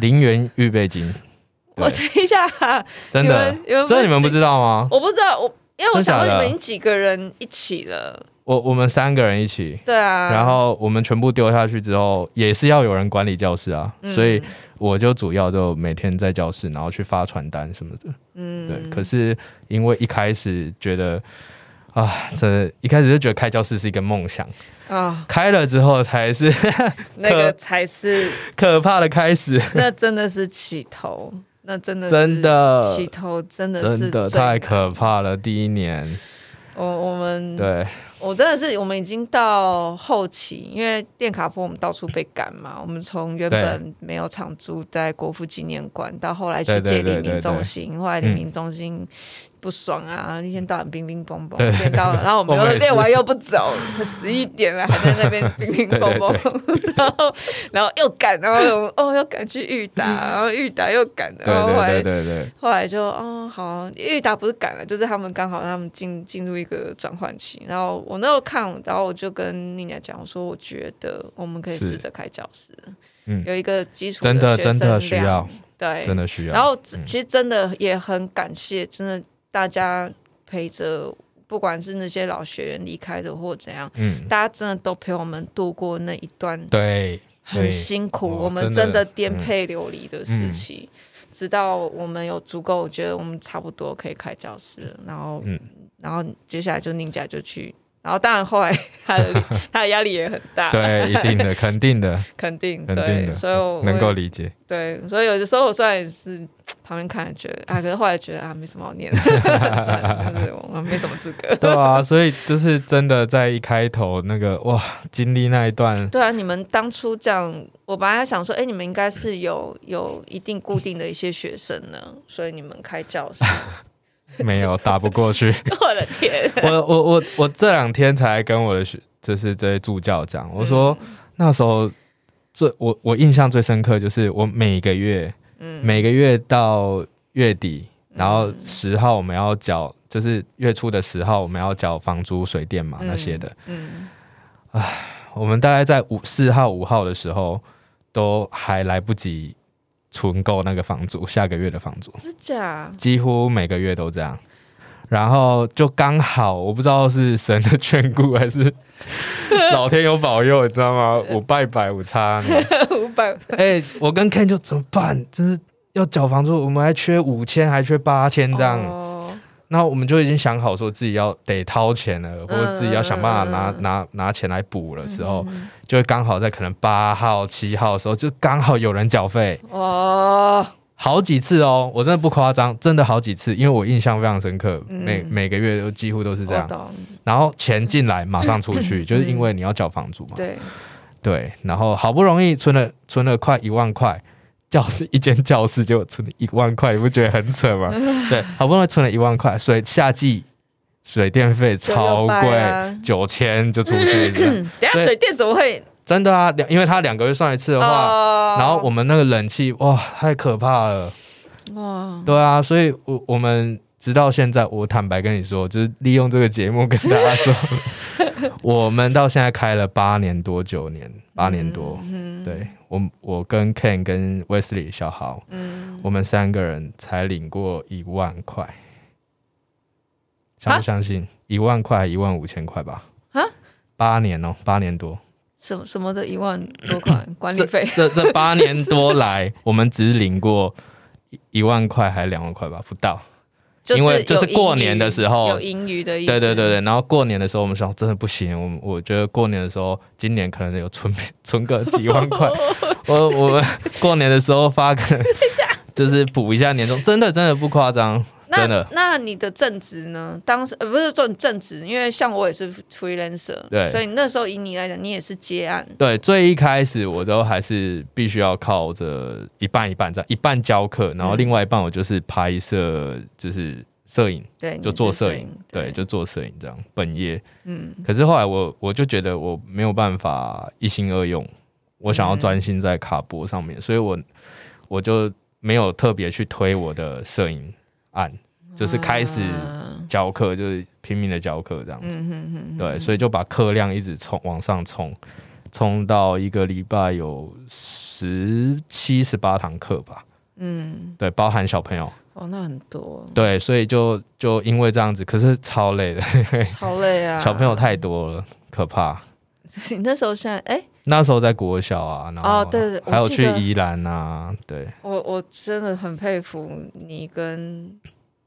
S2: 零元预备金，
S1: 我等一下啊，
S2: 真的
S1: 你们，你们
S2: 这你们不
S1: 知，
S2: 知道吗？
S1: 我不知道，我因为我想问
S2: 真假
S1: 你
S2: 的
S1: 们已经几个人一起了，
S2: 我我们三个人一起，
S1: 对啊，
S2: 然后我们全部丢下去之后，也是要有人管理教室啊，
S1: 嗯
S2: 所以我就主要就每天在教室，然后去发传单什么的。
S1: 嗯
S2: 对，可是因为一开始觉得啊，这一开始就觉得开教室是一个梦想，
S1: 啊，
S2: 开了之后才是
S1: 那个才是
S2: 可怕的开始，
S1: 那真的是起头，那真的是
S2: 真的
S1: 起头，真的是
S2: 真的
S1: 最
S2: 太
S1: 难
S2: 可怕了。第一年，
S1: 我我们
S2: 对，
S1: 我真的是我们已经到后期，因为电卡坡我们到处被赶嘛， 我们从原本没有常住在国父纪念馆，到后来去
S2: 对对
S1: 借
S2: 对
S1: 黎
S2: 对嗯
S1: 明中心，后来黎明中心不爽啊，一天到晚冰冰蹦蹦，一天到晚，然后我们
S2: 我们
S1: 又
S2: 也是
S1: 练完又不走， 十一点了还在那边冰冰蹦蹦， 然后然后又赶，然后我们哦又赶去裕 达，然后裕达又赶，
S2: 对
S1: 然后后来
S2: 对对对对，
S1: 后来就哦好，裕达不是赶了，就是他们刚好他们进进入一个转换期。然后我那时候看，然后我就跟妮娜讲，我说我觉得我们可以
S2: 是
S1: 试着开教室，
S2: 嗯
S1: 有一个基础
S2: 真
S1: 的
S2: 的
S1: 学生
S2: 真的需
S1: 量
S2: 要，
S1: 对，
S2: 真的需
S1: 然
S2: 要。嗯
S1: 后只其实真的也很感谢，真的大家陪着，不管是那些老学员离开的或怎样，
S2: 嗯，
S1: 大家真的都陪我们度过那一段
S2: 对，对
S1: 很辛苦，
S2: 哦
S1: 我们
S2: 真
S1: 真
S2: 的
S1: 的
S2: 嗯
S1: 颠沛流离的时期，直到我们有足够，我觉得我们差不多可以开教室了，然后，
S2: 嗯
S1: 然后接下来就宁家就去，然后当然后来他的 他的压力也很大，
S2: 对，一定的，肯定的，
S1: 肯定，
S2: 肯定
S1: 对，
S2: 的嗯
S1: 所以我
S2: 能够理解。
S1: 对，所以有的时候我虽然也是旁边看，觉得啊，可是后来觉得啊，没什么好念， 算了就是我们没什么资 格。
S2: 对啊，所以就是真的在一开头那个哇，经历那一段，
S1: 对啊，你们当初这样，我本来想说，哎、你们应该是有有一定固定的一些学生呢，所以你们开教 室。
S2: 没有打不过去。
S1: 我的天，
S2: 我我我我这两天才跟我的学，就是这些助教讲，我说、那时候最我我印象最深刻就是我每个月，
S1: 嗯
S2: 每个月到月底，然后十号我们要缴，就是月初的十号我们要缴房租、水电嘛、那些的，，
S1: 嗯，
S2: 我们大概在五四号、五号的时候都还来不及存够那个房租，下个月的房租。
S1: 是假，
S2: 几乎每个月都这样。然后就刚好，我不知道是神的眷顾还是 老天有保佑，你知道吗？我拜拜，我差你。
S1: 五百，
S2: 哎、我跟 Ken 就怎么办？真是要缴房租，我们还缺五千，还缺八千这样。
S1: 哦，
S2: 那、我们就已经想好说自己要得掏钱了，或者自己要想办法拿、
S1: 嗯嗯嗯嗯
S2: 拿拿钱来补的时候，就刚好在可能八号、七号的时候，就刚好有人缴费。
S1: 哦，
S2: 好几次哦，我真的不夸张，真的好几次，因为我印象非常深刻，
S1: 嗯
S2: 每每个月都几乎都是这
S1: 我
S2: 样。
S1: 懂，
S2: 然后钱进来马上出去，就是因为你要缴房租嘛。
S1: 对，
S2: 对，然后好不容易存了存了快一万块，教室一间教室
S1: 嗯
S2: 就存了一万块，你不觉得很扯吗？对，好不容易存了一万块，所以夏季水电费 超
S1: 就600啊嗯
S2: 贵，九千就出去这样，
S1: 等一
S2: 所
S1: 下
S2: 以
S1: 水电怎么会？
S2: 真的啊，两因为它两个月算一次的话，
S1: 哦
S2: 然后我们那个冷气哇太可怕了，
S1: 哇，
S2: 对啊，所以我我们直到现在，我坦白跟你说，就是利用这个节目跟大家说，我们到现在开了八年多九年，八年多，
S1: 嗯
S2: 对我我跟 Ken 跟 Wesley 小豪，
S1: 嗯，
S2: 我们三个人才领过一万块，相不
S1: 啊
S2: 相信？一万块，一万五千块吧？
S1: 啊，
S2: 八年哦、八年多，
S1: 什么什么的一万多块管理费，
S2: 这这八年多来，我们只领过一一万块，还两万块吧，不到。
S1: 就
S2: 因为
S1: 有
S2: 就是过年的时
S1: 盈余有
S2: 候
S1: 盈余的意思。
S2: 对对对对，然后过年的时候，我们想真的不行，我们我觉得过年的时候，今年可能有存存个几万块，
S1: 哦
S2: 我我们过年的时候发个，就是补一下年终，真的真的不夸张，真
S1: 那
S2: 的
S1: 那你的正职呢？当时呃不是说你正职，因为像我也是 freelancer，
S2: 对
S1: 所以那时候以你来讲，你也是接案，
S2: 对，最一开始我都还是必须要靠着一半一半这样，一半教课，然
S1: 嗯
S2: 后另外一半我就是拍摄，就是摄影，
S1: 对，你
S2: 就是做
S1: 摄
S2: 摄影，对，就做摄影这样本业。
S1: 嗯
S2: 可是后来我我就觉得我没有办法一心二用，我想
S1: 嗯
S2: 要专心在卡波上面，所以我我就没有特别去推我的摄影案，就是开始
S1: 啊
S2: 教课，就是拼命的教课这样子。
S1: 嗯哼哼，
S2: 对，所以就把课量一直冲往上冲，冲到一个礼拜有十七、十八堂课吧。
S1: 嗯，
S2: 对，包含小朋友。
S1: 哦，那很多，
S2: 对，所以就就因为这样子，可是超累的，
S1: 超累啊，
S2: 小朋友太多了，可怕。
S1: 你那时候现在，哎、
S2: 那时候在国小啊，然后
S1: 哦对对我
S2: 还有
S1: 记
S2: 去
S1: 得
S2: 宜兰啊，对，
S1: 我我真的很佩服你跟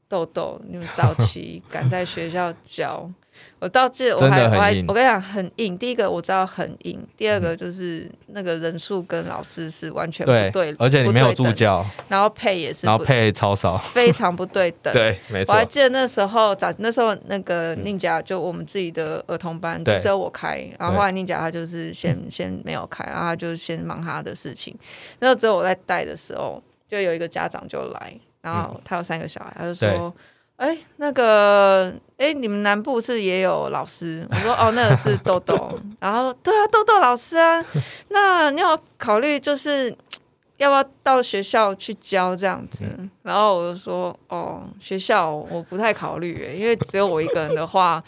S1: 豆豆，你们早期敢在学校教。 我到记得我
S2: 真的
S1: 还我
S2: 很
S1: 还
S2: 硬
S1: 我跟你讲很硬，第一个我知道很硬，第二个就是那个人数跟老师是完全不对，
S2: 而且你没有助
S1: 不对等，
S2: 教，
S1: 然后配也是
S2: 然后
S1: 不
S2: 配超少，
S1: 非常不对等。
S2: 对，没
S1: 我
S2: 错嗯
S1: 还，记得那时候早那时候那个宁甲就我们自己的儿童班，就
S2: 对
S1: 只有我开，然后
S2: 对嗯
S1: 后来宁甲他就是先先没有开，然后他就先忙他的事情。那时候只有我在带的时候，就有一个家长就来，然后他有三个小孩，他就说：“哎、那个。”哎，你们南部是也有老师？我说哦，那个是豆豆。然后对啊，豆豆老师啊，那你要考虑就是要不要到学校去教这样子？
S2: 嗯
S1: 然后我就说，哦，学校我不太考虑耶，因为只有我一个人的话，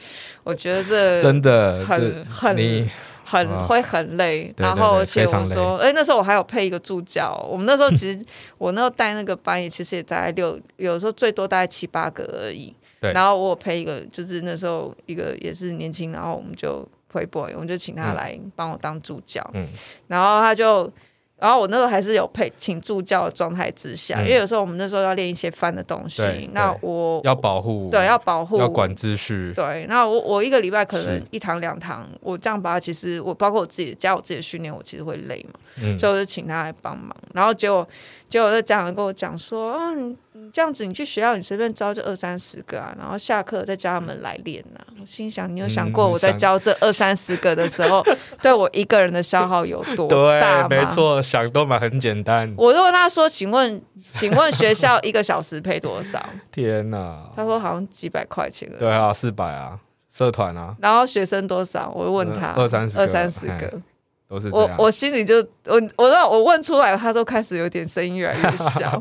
S1: 我觉得这
S2: 真的，
S1: 很
S2: 这
S1: 很
S2: 你
S1: 很
S2: 啊
S1: 会很累。
S2: 对
S1: 然
S2: 对
S1: 后
S2: 对
S1: 而且
S2: 非常
S1: 我说，哎、那时候我还有配一个助教，我们那时候其实我那时候带那个班也其实也大概六，有时候最多大概七八个而已。
S2: 对
S1: 然后我有配一个，就是那时候一个也是年轻，然后我们就 Playboy，我们就请他
S2: 嗯
S1: 来帮我当助教。
S2: 嗯
S1: 然后他就。然后我那时候还是有配请助教的状态之下，
S2: 嗯
S1: 因为有时候我们那时候要练一些翻的东西
S2: 对，
S1: 那
S2: 对
S1: 我
S2: 要保护，
S1: 对要保护
S2: 要管秩序，
S1: 对，那我我一个礼拜可能
S2: 是
S1: 一堂两堂，我这样把它其实我包括我自己加我自己的训练，我其实会累嘛，
S2: 嗯，
S1: 所以我就请他来帮忙。然后结果结果那家长跟我讲说，啊，你你这样子，你去学校你随便招就二三十个啊，然后下课再叫他们来练呐、我心想，你有想过
S2: 嗯
S1: 我在
S2: 想
S1: 教这二三十个的时 候，对我一个人的消耗有多大
S2: 对，
S1: 吗？
S2: 没。错，想都蛮很简单，
S1: 我就问他说：“请问，请问学校一个小时配多少，
S2: 天哪？”
S1: 他说：“好像几百块钱而已。”
S2: 对啊，四百啊，社团啊，
S1: 然后学生多少？我问他
S2: 嗯二三十个
S1: 二三十
S2: 哎
S1: 个，
S2: 都是这
S1: 我
S2: 样，
S1: 我心里就我我让我问出来，他都开始有点声音越来越 小。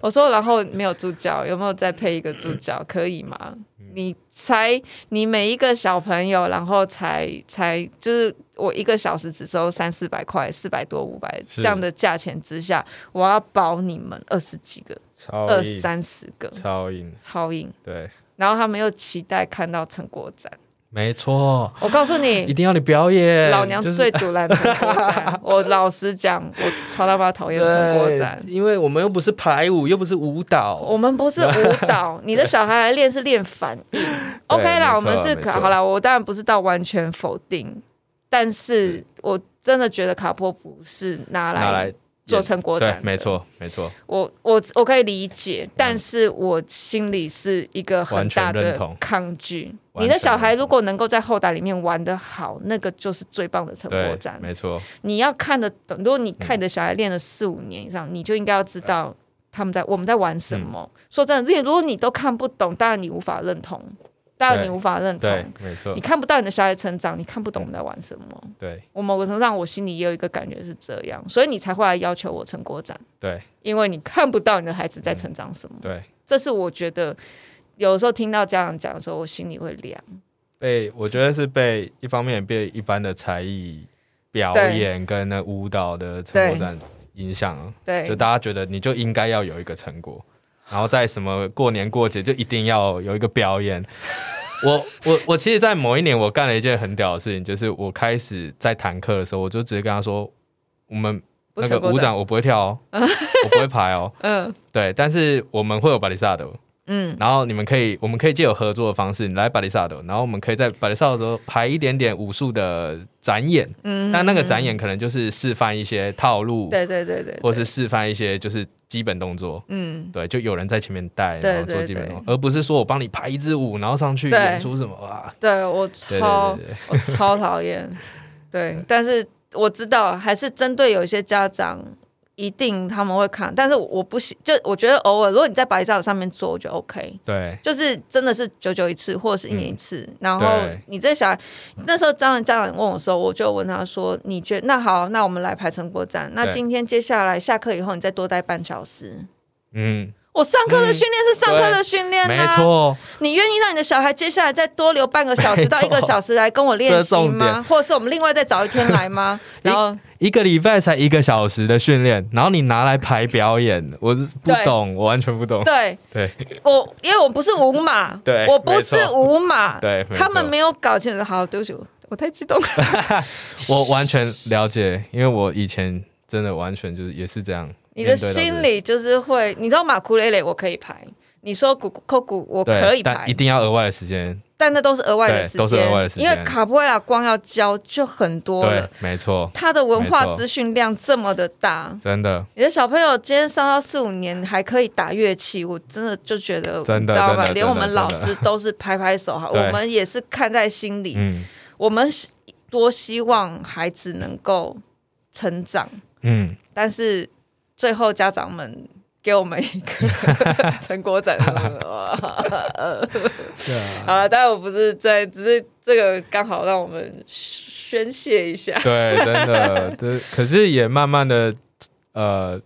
S1: 我说，然后没有助教，有没有再配一个助教？可以吗？
S2: 嗯
S1: 你才你每一个小朋友，然后才才就是我一个小时只收三四百块，四百多五百
S2: 是
S1: 这样的价钱之下，我要保你们二十几个、
S2: 超
S1: 二
S2: 硬，
S1: 三十个，
S2: 超硬，
S1: 超硬。
S2: 对，
S1: 然后他们又期待看到成果展，
S2: 没错，
S1: 我告诉 你，
S2: 一定要你表演，
S1: 老娘
S2: 就是
S1: 最毒烂 成果展，我老实讲，我超他妈讨厌成果展。
S2: 因为我们又不是排舞，又不是舞蹈，
S1: 我们不是舞 蹈，你的小孩来练是练反应。OK 啦，我
S2: 没错
S1: 们是
S2: 没
S1: 卡
S2: 错
S1: 好啦，我当然不是到完全否定，但是我真的觉得卡波不是拿
S2: 拿
S1: 来
S2: 来
S1: 做成果展
S2: 对
S1: 的，，
S2: 没。错，没错，
S1: 我我我可以理解，但是我心里是一个很大
S2: 完全认
S1: 的
S2: 同
S1: 抗拒。
S2: 完全
S1: 你的小孩
S2: 认同
S1: 如果能够在后台里面玩得好，那个就是最棒的成果
S2: 对
S1: 展，。
S2: 没错，
S1: 你要看得懂。如果你看你的小孩练了四五年以上，你就应该要知
S2: 嗯
S1: 道他们在我们在玩什么。说真的，因为如果你都看不懂，当然你无法认同。大人你无法认同，
S2: 对，没错
S1: 你，看不到你的小孩成长，你看不懂我们在玩什么。
S2: 对
S1: 我某个程度上，我心里也有一个感觉是这样，所以你才会来要求我成果展，
S2: 对
S1: 因为你看不到你的孩子在成长什么。
S2: 对，
S1: 这是我觉得有时候听到家长讲的时候，我心里会凉。
S2: 被我觉得是被一方面被一般的才艺表
S1: 对
S2: 演跟那舞蹈的成果展影响了，
S1: 对
S2: 就，大家觉得你就应该要有一个成果，然后在什么过年过节就一定要有一个表演。我我我其实，在某一年我干了一件很屌的事情，就是我开始在弹课的时候，我就直接跟他说，我们
S1: 不
S2: 那
S1: 成
S2: 个
S1: 果
S2: 舞
S1: 展
S2: 展我不会跳哦，我不会排哦，
S1: 嗯
S2: 对，但是我们会有巴里萨的，
S1: 嗯，
S2: 然后你们可以，我们可以借有合作的方式，你来巴黎萨德，然后我们可以在巴黎萨德排一点点武术的展演，嗯，但那个展演可能就是示范一些套路，
S1: 对对对对，
S2: 或是示范一些就是基本动作，
S1: 嗯，
S2: 对，就有人在前面带，
S1: 对
S2: 然后做
S1: 对
S2: 基本
S1: 对
S2: 动作，而不是说我帮你排一支舞，然后上去
S1: 对
S2: 演出什么哇，
S1: 对我
S2: 对对
S1: 超
S2: 对对，
S1: 我超讨厌，对，但是我知道还是针对有一些家长。一定他们会看，但是我不喜，就我觉得偶尔，如果你在白照上面做，我觉得 OK。
S2: 对
S1: 就是真的是九九一次，或者是一年一次。然后
S2: 嗯对
S1: 你这小孩那时候，当然家长问我的时候，我就问他说：“你觉那好，那我们来排成果展。那
S2: 对
S1: 今天接下来下课以后，你再多待半小时。
S2: 嗯，
S1: 我上课的训练是上课的训练啊
S2: 没
S1: 呐、
S2: 错，
S1: 你愿意让你的小孩接下来再多留半个小时到一个小时来跟我练习
S2: 这是重
S1: 吗
S2: 点？
S1: 或者是我们另外再找一天来 吗？
S2: 一
S1: 然后
S2: 一个礼拜才一个小时的训练，然后你拿来排表演，我是不
S1: 对
S2: 懂，我完全不懂，
S1: 对
S2: 对
S1: 我，因为我不是五马，
S2: 对
S1: 我不
S2: 没
S1: 是
S2: 错
S1: 五马，
S2: 对，
S1: 他们
S2: 错
S1: 没有搞清楚。好，对不起，我我太激动了。
S2: 我完全了解，因为我以前真的完全就是也是这样。
S1: 你的
S2: 面对到这
S1: 心里就是会，你知道马库雷雷我可以排，你说古扣古我
S2: 对
S1: 可以排
S2: 但一，定要额外的时间。
S1: 但那都是额外的
S2: 对
S1: 时间，
S2: 都是额外的时间
S1: 因为卡布埃拉光要教就很多
S2: 对
S1: 了，，
S2: 没错，
S1: 他的文
S2: 没
S1: 化
S2: 错
S1: 资讯量这么的大，
S2: 真的，
S1: 你的小朋友今天上到四五年还可以打乐器，我真的就觉得，
S2: 真的
S1: 你知道
S2: 真
S1: 吗？
S2: 的
S1: 连我们
S2: 真的
S1: 老师都是拍拍手哈，
S2: 对
S1: 我们也是看在心里，
S2: 嗯
S1: 我们是多希望孩子能够成长。
S2: 嗯，
S1: 但是最后家长们给我们一 个成果展示。
S2: 对啊，
S1: 好了，当然我不是在，只是这个刚好让我们宣泄一 下。
S2: 对，真 的，这可是也慢慢的，呃，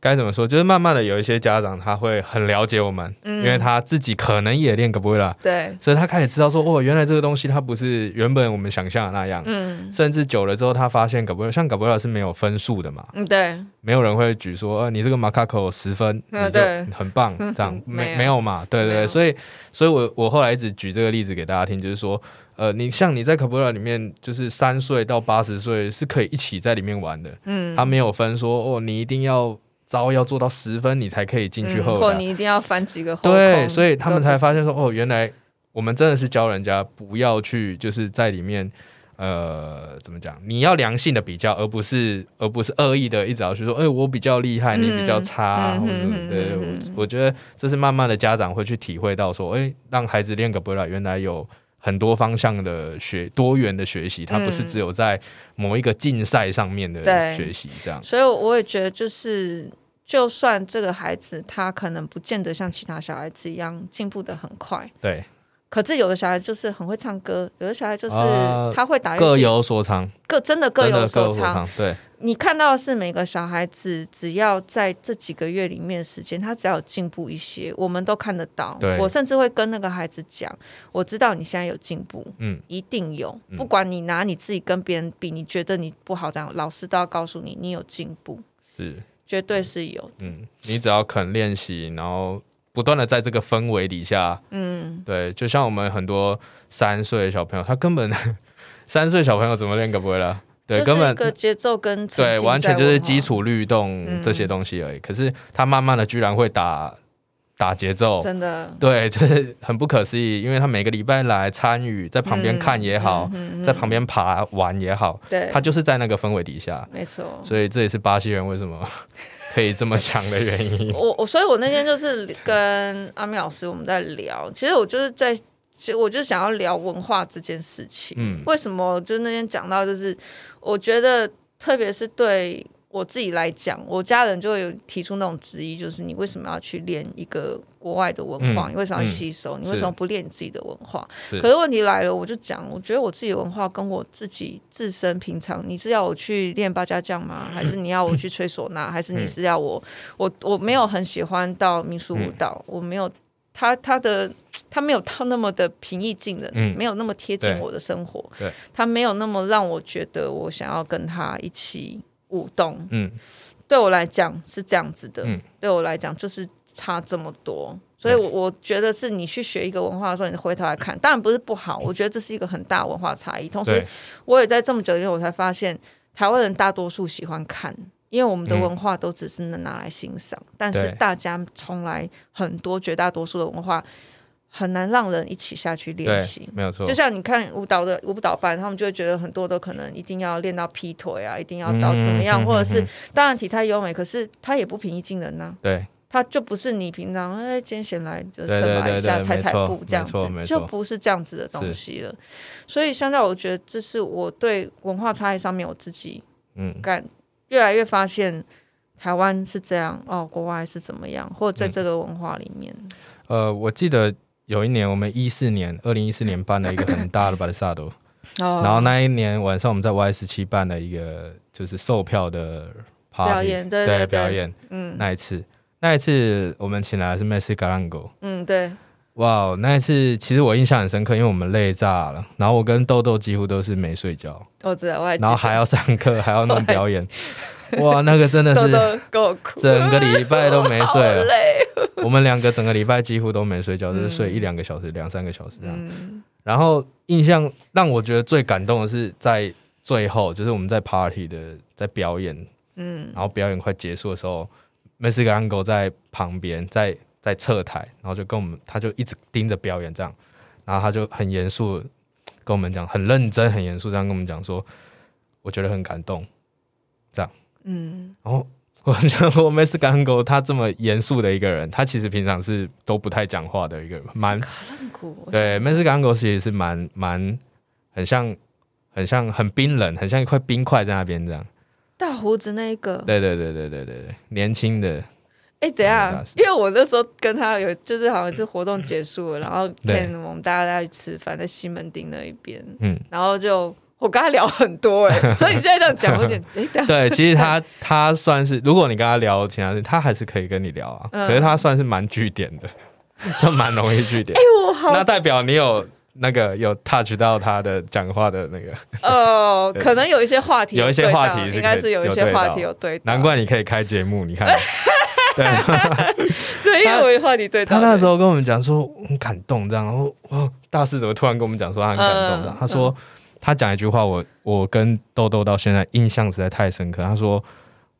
S2: 该怎么说？就是慢慢的有一些家长他会很了解我们，
S1: 嗯
S2: 因为他自己可能也练个不会啦，
S1: 对，
S2: 所以他开始知道说，哦，原来这个东西它不是原本我们想象的那样。
S1: 嗯
S2: 甚至久了之后，他发现搞不像搞不了是没有分数的嘛，
S1: 嗯，对
S2: 没有人会举说，呃，你这个马卡口十分，
S1: 嗯
S2: 你就
S1: 对嗯
S2: 很棒，这样
S1: 没有
S2: 没没有嘛？对
S1: 没
S2: 对
S1: 有
S2: 对，所以所以我我后来一直举这个例子给大家听，就是说，呃，你像你在卡布拉里面，就是三岁到八十岁是可以一起在里面玩的，
S1: 嗯，
S2: 他没有分说哦，你一定要招要做到十分，你才可以进去
S1: 嗯
S2: 后
S1: 或
S2: 台，
S1: 你一定要翻几个后
S2: 对，
S1: 空
S2: 所以他们
S1: 都不
S2: 才
S1: 是
S2: 发现说，哦，原来我们真的是教人家不要去，就是在里面，呃，怎么讲？你要良性的比较，而不是而不是恶意的一直要去说，哎、我比较厉害，你比较差、啊，
S1: 嗯
S2: 或者什
S1: 嗯
S2: 么。对，
S1: 嗯
S2: 我我觉得这是慢慢的家长会去体会到说，哎、让孩子练个不拉，原来有。很多方向的学多元的学习，它不是
S1: 嗯
S2: 只有在某一个竞赛上面
S1: 对
S2: 的学习这样。
S1: 所以我也觉得，就是就算这个孩子他可能不见得像其他小孩子一样进步的很快，
S2: 对，
S1: 可是有的小孩就是很会唱歌，有的小孩就是
S2: 啊
S1: 他会打
S2: 各
S1: 游戏，
S2: 有所长，
S1: 各真的各
S2: 真的
S1: 有
S2: 各
S1: 所
S2: 有所
S1: 长。
S2: 长。对，
S1: 你看到的是每个小孩子，只要在这几个月里面的时间，他只要有进步一些，我们都看得到
S2: 对。
S1: 我甚至会跟那个孩子讲，我知道你现在有进步，
S2: 嗯，
S1: 一定有。
S2: 嗯
S1: 不管你拿你自己跟别人比，你觉得你不好这样，老师都要告诉你，你有进步，
S2: 是。
S1: 绝对是有。
S2: 嗯，你只要肯练习，然后不断的在这个氛围底下，
S1: 嗯，
S2: 对，就像我们很多三岁的小朋友，他根本 三岁小朋友怎么练个不会了？对，
S1: 就
S2: 根
S1: 是一个
S2: 本
S1: 节奏跟沉
S2: 对，
S1: 浸
S2: 完全
S1: 在
S2: 就是
S1: 文化
S2: 基，础律动
S1: 嗯
S2: 这些东西而已。可是他慢慢的居然会打打节奏，
S1: 真的
S2: 对， 这、是很不可思议，因为他每个礼拜来参与，在旁边看也好，
S1: 嗯
S2: 在旁边爬玩也好，
S1: 对，
S2: 他就是在那个氛围底下，
S1: 没错。
S2: 所以这也是巴西人为什么 可以这么强的原因。
S1: 我我所以，我那天就是跟阿米老师我们在聊，其实我就是在，其实我就想要聊文化这件事情。
S2: 嗯
S1: 为什么？就是那天讲到，就是我觉得，特别是对我自己来讲，我家人就会有提出那种质疑，就是你为什么要去练一个国外的文化？
S2: 嗯
S1: 你为什么要去吸收？你为什么不练你自己的文化？
S2: 是
S1: 可是问题来了，我就讲，我觉得我自己的文化跟我自己自身平常，你是要我去练八家将吗？还是你要我去吹唢呐？还
S2: 嗯
S1: 是你是要我？我我没有很喜欢到民俗舞蹈，我没有。他他的他没有他那么的平易近人，
S2: 嗯
S1: 没有那么贴近
S2: 对
S1: 我的生活
S2: 对，
S1: 他没有那么让我觉得我想要跟他一起舞动，
S2: 嗯，
S1: 对我来讲是这样子的，
S2: 嗯
S1: 对我来讲就是差这么多。所以我，我觉得是你去学一个文化的时候，你回头来看，当然不是不好，我觉得这是一个很大文化差异。同时
S2: 嗯对，，
S1: 我也在这么久以后，我才发现台湾人大多数喜欢看，因为我们的
S2: 嗯
S1: 文化都只是能拿来欣赏，但是
S2: 对
S1: 大家从来很多绝大多数的文化很难让人一起下去练习
S2: 对，。没有错，
S1: 就像你看舞蹈的舞蹈班，他们就会觉得很多都可能一定要练到劈腿啊，一定要到怎么样，
S2: 嗯
S1: 或者是
S2: 嗯
S1: 当然体态优美，可是它也不平易近人啊呐、
S2: 对
S1: 它就不是你平常哎今天闲来就
S2: 对
S1: 伸摆
S2: 对
S1: 一下
S2: 对对
S1: 踩踩
S2: 没错
S1: 步这样子
S2: 没错没，错
S1: 就不是这样子的东西了。所以相较，我觉得这是我对文化差异上面我自己
S2: 嗯
S1: 感越来越发现。台湾是这样哦，国外是怎么样，或者在
S2: 嗯
S1: 这个文化里面，
S2: 呃，我记得有一年我们一四年，二零一四年办了一个很大的巴 a 萨多，
S1: 哦
S2: 然后那一年晚上我们在 Y 十七办了一个就是售票的 party,
S1: 表演对对对
S2: 表演
S1: 嗯
S2: 那一次，那一次我们请来的是 Messi Galango。
S1: 嗯，对，
S2: 哇那一次其实我印象很深刻，因为我们累炸了，然后我跟豆豆几乎都是没睡觉，
S1: 我知道，我还记
S2: 然后还
S1: 得
S2: 要上课，还要弄 表演，哇，那个真的
S1: 豆
S2: 是
S1: 豆跟我哭，
S2: 整个礼拜都没
S1: 好
S2: 睡了。
S1: 累，
S2: 我们两个整个礼拜几乎都没睡觉，就是睡
S1: 嗯
S2: 一两个小时、两三个小时这样。
S1: 嗯，
S2: 然后印象让我觉得最感动的是在最后，就是我们在 party 的在表演，
S1: 嗯，
S2: 然后表演快结束的时候，m s 梅 g a n g o 在旁边，在在侧台，然后就跟我们，他就一直盯着表演这样，然后他就很严肃地跟我们讲，很认真、很严肃这样跟我们讲说，我觉得很感动。
S1: 嗯，
S2: 然后哦 我想说 m s 梅 g a n g o 他这么严肃的一个人，他其实平常是都不太讲话的一个人，蛮
S1: 卡浪鼓，
S2: 对，面试港狗其实是蛮蛮很像很像很冰冷，很像一块冰块在那边这样。
S1: 大胡子那一个，
S2: 对对对对对对对，年轻的
S1: 哎，等一
S2: 对
S1: 下
S2: 大师，
S1: 因为我那时候跟他有，就是好像是活动结 束了，然后
S2: 对
S1: 跟我们大家在吃饭，在西门町那一边，
S2: 嗯，
S1: 然后就我跟他聊很多， 哎，所以你现在这样讲，我有点，哎，等一下，
S2: 对，其实 他他算是，如果你跟他聊其他事，他还是可以跟你聊啊。
S1: 嗯
S2: 可是他算是蛮据点的，就蛮容易据 点
S1: 哎。，我好
S2: 那代表你有那个有 touch 到他的讲话的那个，
S1: 呃，
S2: 对
S1: 可能有一些话题
S2: 有一些
S1: 对到
S2: 话题是
S1: 应该
S2: 可以
S1: 是有一
S2: 有
S1: 些
S2: 对
S1: 话
S2: 到
S1: 题有对到，
S2: 难怪你可以开节目，你看。对，
S1: 对，因为我有话题对到
S2: 他那时
S1: 候，
S2: 候跟我们讲说很感动这样，然后哇，大师怎么突然跟我们讲说他很感动这样
S1: 嗯
S2: 他说他讲一句话，我我跟豆豆到现在印象实在太深刻。他说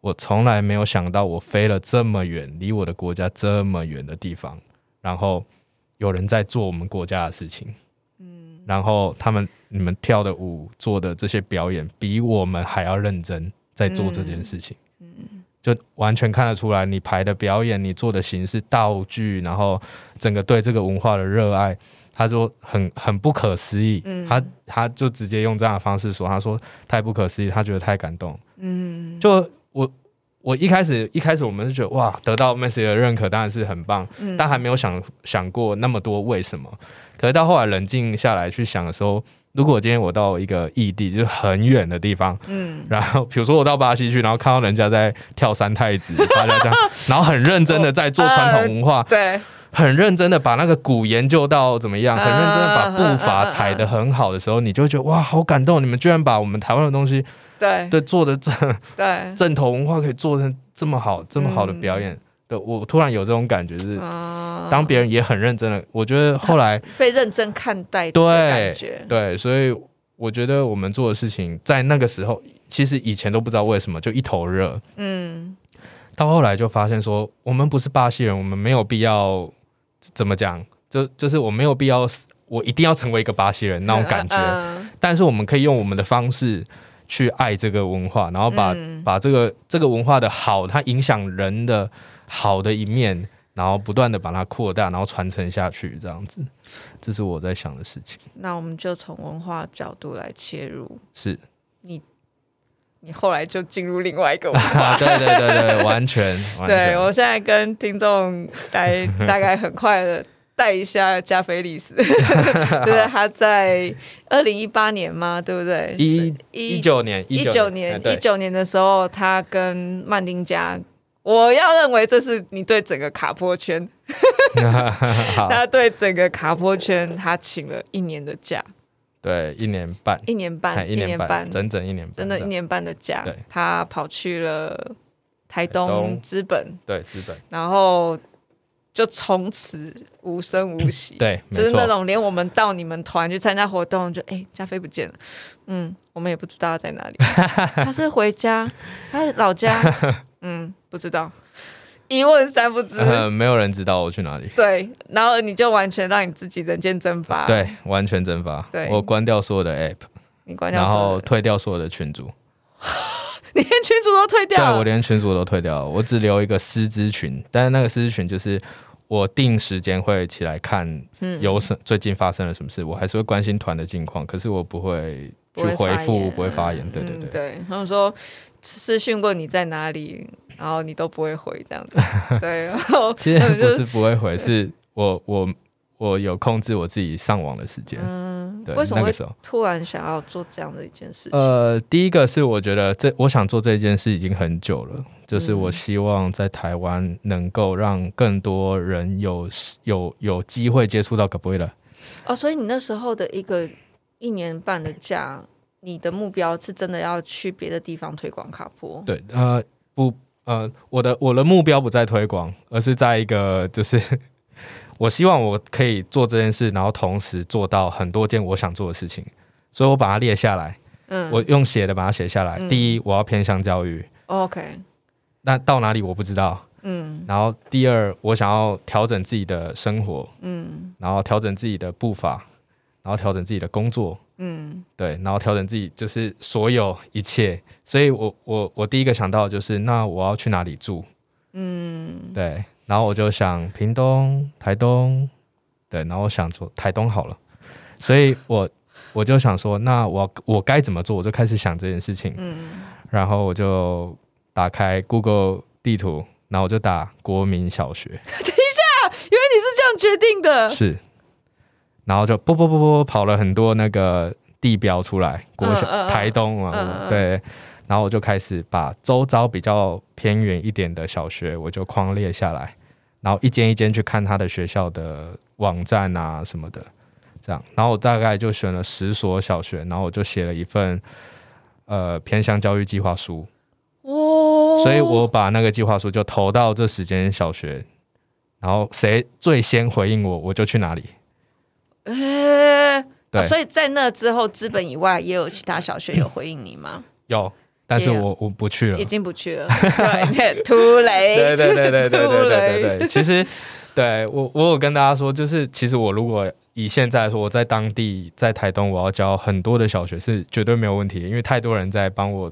S2: 我从来没有想到我飞了这么远，离我的国家这么远的地方，然后有人在做我们国家的事情，嗯，然后他们你们跳的舞做的这些表演，比我们还要认真在做这件事情。就完全看得出来，你排的表演、你做的形式、道具，然后整个对这个文化的热爱，他说很很不可思议。
S1: 嗯
S2: 他他就直接用这样的方式说，他说太不可思议，他觉得太感动。
S1: 嗯，
S2: 就我我一开始一开始我们是觉得哇，得到 Messi 的认可当然是很棒，
S1: 嗯
S2: 但还没有想想过那么多为什么。可是到后来冷静下来去想的时候，如果今天我到一个异地，就是很远的地方，
S1: 嗯，
S2: 然后比如说我到巴西去，然后看到人家在跳三太子，大家这样，然后很认真的在做传统文化，
S1: 对，
S2: 很认真的把那个鼓研究到怎么样，很认真的把步伐踩得很好的时候，你就会觉得哇，好感动！你们居然把我们台湾的东西
S1: 对，
S2: 对做的正
S1: 对，
S2: 正统文化可以做成这么好，这么好的表演，对我突然有这种感觉，就是
S1: 啊
S2: 当别人也很认真的，我觉得后来
S1: 被认真看待的
S2: 对
S1: 感觉，
S2: 对，所以我觉得我们做的事情在那个时候，其实以前都不知道为什么就一头热，
S1: 嗯
S2: 到后来就发现说，我们不是巴西人，我们没有必要怎么讲，就就是我没有必要，我一定要成为一个巴西人那种感觉。
S1: 嗯
S2: 但是我们可以用我们的方式去爱这个文化，然后把、
S1: 嗯
S2: 把这个这个文化的好，它影响人的好的一面，然后不断的把它扩大，然后传承下去，这样子，这是我在想的事情。
S1: 那我们就从文化角度来切入。
S2: 是
S1: 你后来就进入另外一个文
S2: 啊，对对对对，完全，完
S1: 对
S2: 全
S1: 我现在跟听众大 大概很快的带一下加菲利斯， 就是他在二零一八年嘛，对不对？
S2: 一
S1: 一
S2: 一九年，
S1: 一
S2: 九
S1: 九
S2: 年，哎
S1: 年
S2: 对
S1: 一九年的时候，他跟曼丁加。我要认为这是你对整个卡坡圈，
S2: 好
S1: 他对整个卡坡圈，他请了一年的假，
S2: 对，一年半，
S1: 一年
S2: 哎
S1: 半，
S2: 一
S1: 年
S2: 半，整整一年半，
S1: 真的，一年半的假
S2: 对，
S1: 他跑去了台
S2: 台
S1: 东
S2: 东、
S1: 资本，
S2: 对，资本，
S1: 然后就从此无声无息。，
S2: 对，没
S1: 就是那
S2: 错，
S1: 种连我们到你们团去参加活动，就哎，加菲不见了，嗯，我们也不知道他在 哪里，他是回家，他是老家，嗯，不知道，一问三不知。
S2: 呃， 没有人知道我去哪里，
S1: 对，然后你就完全让你自己人间蒸发。，
S2: 对，完全蒸发，
S1: 啊对
S2: 我关掉所有的 app，
S1: 你关掉
S2: 然
S1: 所有
S2: 后
S1: 人，
S2: 退掉所有的群组，
S1: 你连群主都退掉
S2: 对
S1: 了。
S2: 我连群组都退掉了，我只留一个师资群，但是那个师资群就是我定时间会起来看
S1: 嗯
S2: 有什最近发生了什么事，我还是会关心团的近况，可是我不会
S1: 不
S2: 去
S1: 会
S2: 回
S1: 发
S2: 复，
S1: 言
S2: 不会发言，对对
S1: 嗯
S2: 对。
S1: 对，他们说私讯过你在哪里，然后你都不会回这样子，对，然后
S2: 其实
S1: 他们
S2: 不
S1: 就是
S2: 不会回，是我我我有控制我自己上网的时间。
S1: 嗯，
S2: 对，
S1: 为什么
S2: 那个
S1: 会
S2: 时候？
S1: 突然想要做这样的一件事情？
S2: 呃，第一个是我觉得这我想做这件事已经很久了，就是
S1: 嗯
S2: 我希望在台湾能够让更多人有有有机会接触到 g a b r i l a
S1: 哦，所以你那时候的一个一年半的假，你的目标是真的要去别的地方推广卡波，
S2: 对，呃，不，呃，我的我的目标不在推广，而是在一个就是。我希望我可以做这件事，然后同时做到很多件我想做的事情，所以我把它列下来，
S1: 嗯
S2: 我用写的把它写下来。
S1: 嗯
S2: 第一，我要偏向教育，
S1: ，OK，
S2: 那到哪里我不知道。
S1: 嗯
S2: 然后第二，我想要调整自己的生活，
S1: 嗯
S2: 然后调整自己的步伐，然后调整自己的工作，
S1: 嗯
S2: 对，然后调整自己就是所有一切。所以我我我第一个想到的就是，那我要去哪里住？
S1: 嗯，
S2: 对，然后我就想屏东、台东，对，然后我想说台东好了，所以我我就想说，那我我该怎么做？我就开始想这件事情，
S1: 嗯
S2: 然后我就打开 Google 地图，然后我就打国民 小学
S1: 原来你是这样决定的，
S2: 是，然后就啵啵啵啵跑了很多那个地标出来，国小、
S1: 嗯嗯嗯
S2: 台东嘛，
S1: 嗯嗯嗯
S2: 对，然后我就开始把周遭比较偏远一点的小学，我就框列下来，然后一间一间去看他的学校的网站啊什么的，这样，然后我大概就选了十所小学，然后我就写了一份呃偏向教育计划书，
S1: 哇，哦
S2: 所以我把那个计划书就投到这十间小学，然后谁最先回应我，我就去哪里。
S1: 哎、
S2: 对，
S1: 哦所以在那之后，资本以外也有其他小学有回应你吗？
S2: 有，但是
S1: 也有
S2: 我我不去了
S1: 已。经不去了，对，突雷，
S2: 对对对对对对
S1: 突
S2: 对对
S1: 雷，
S2: 对，其实对我我有跟大家说，就是其实我如果以现在来说，我在当地在台东，我要教很多的小学是绝对没有问题，因为太多人在帮我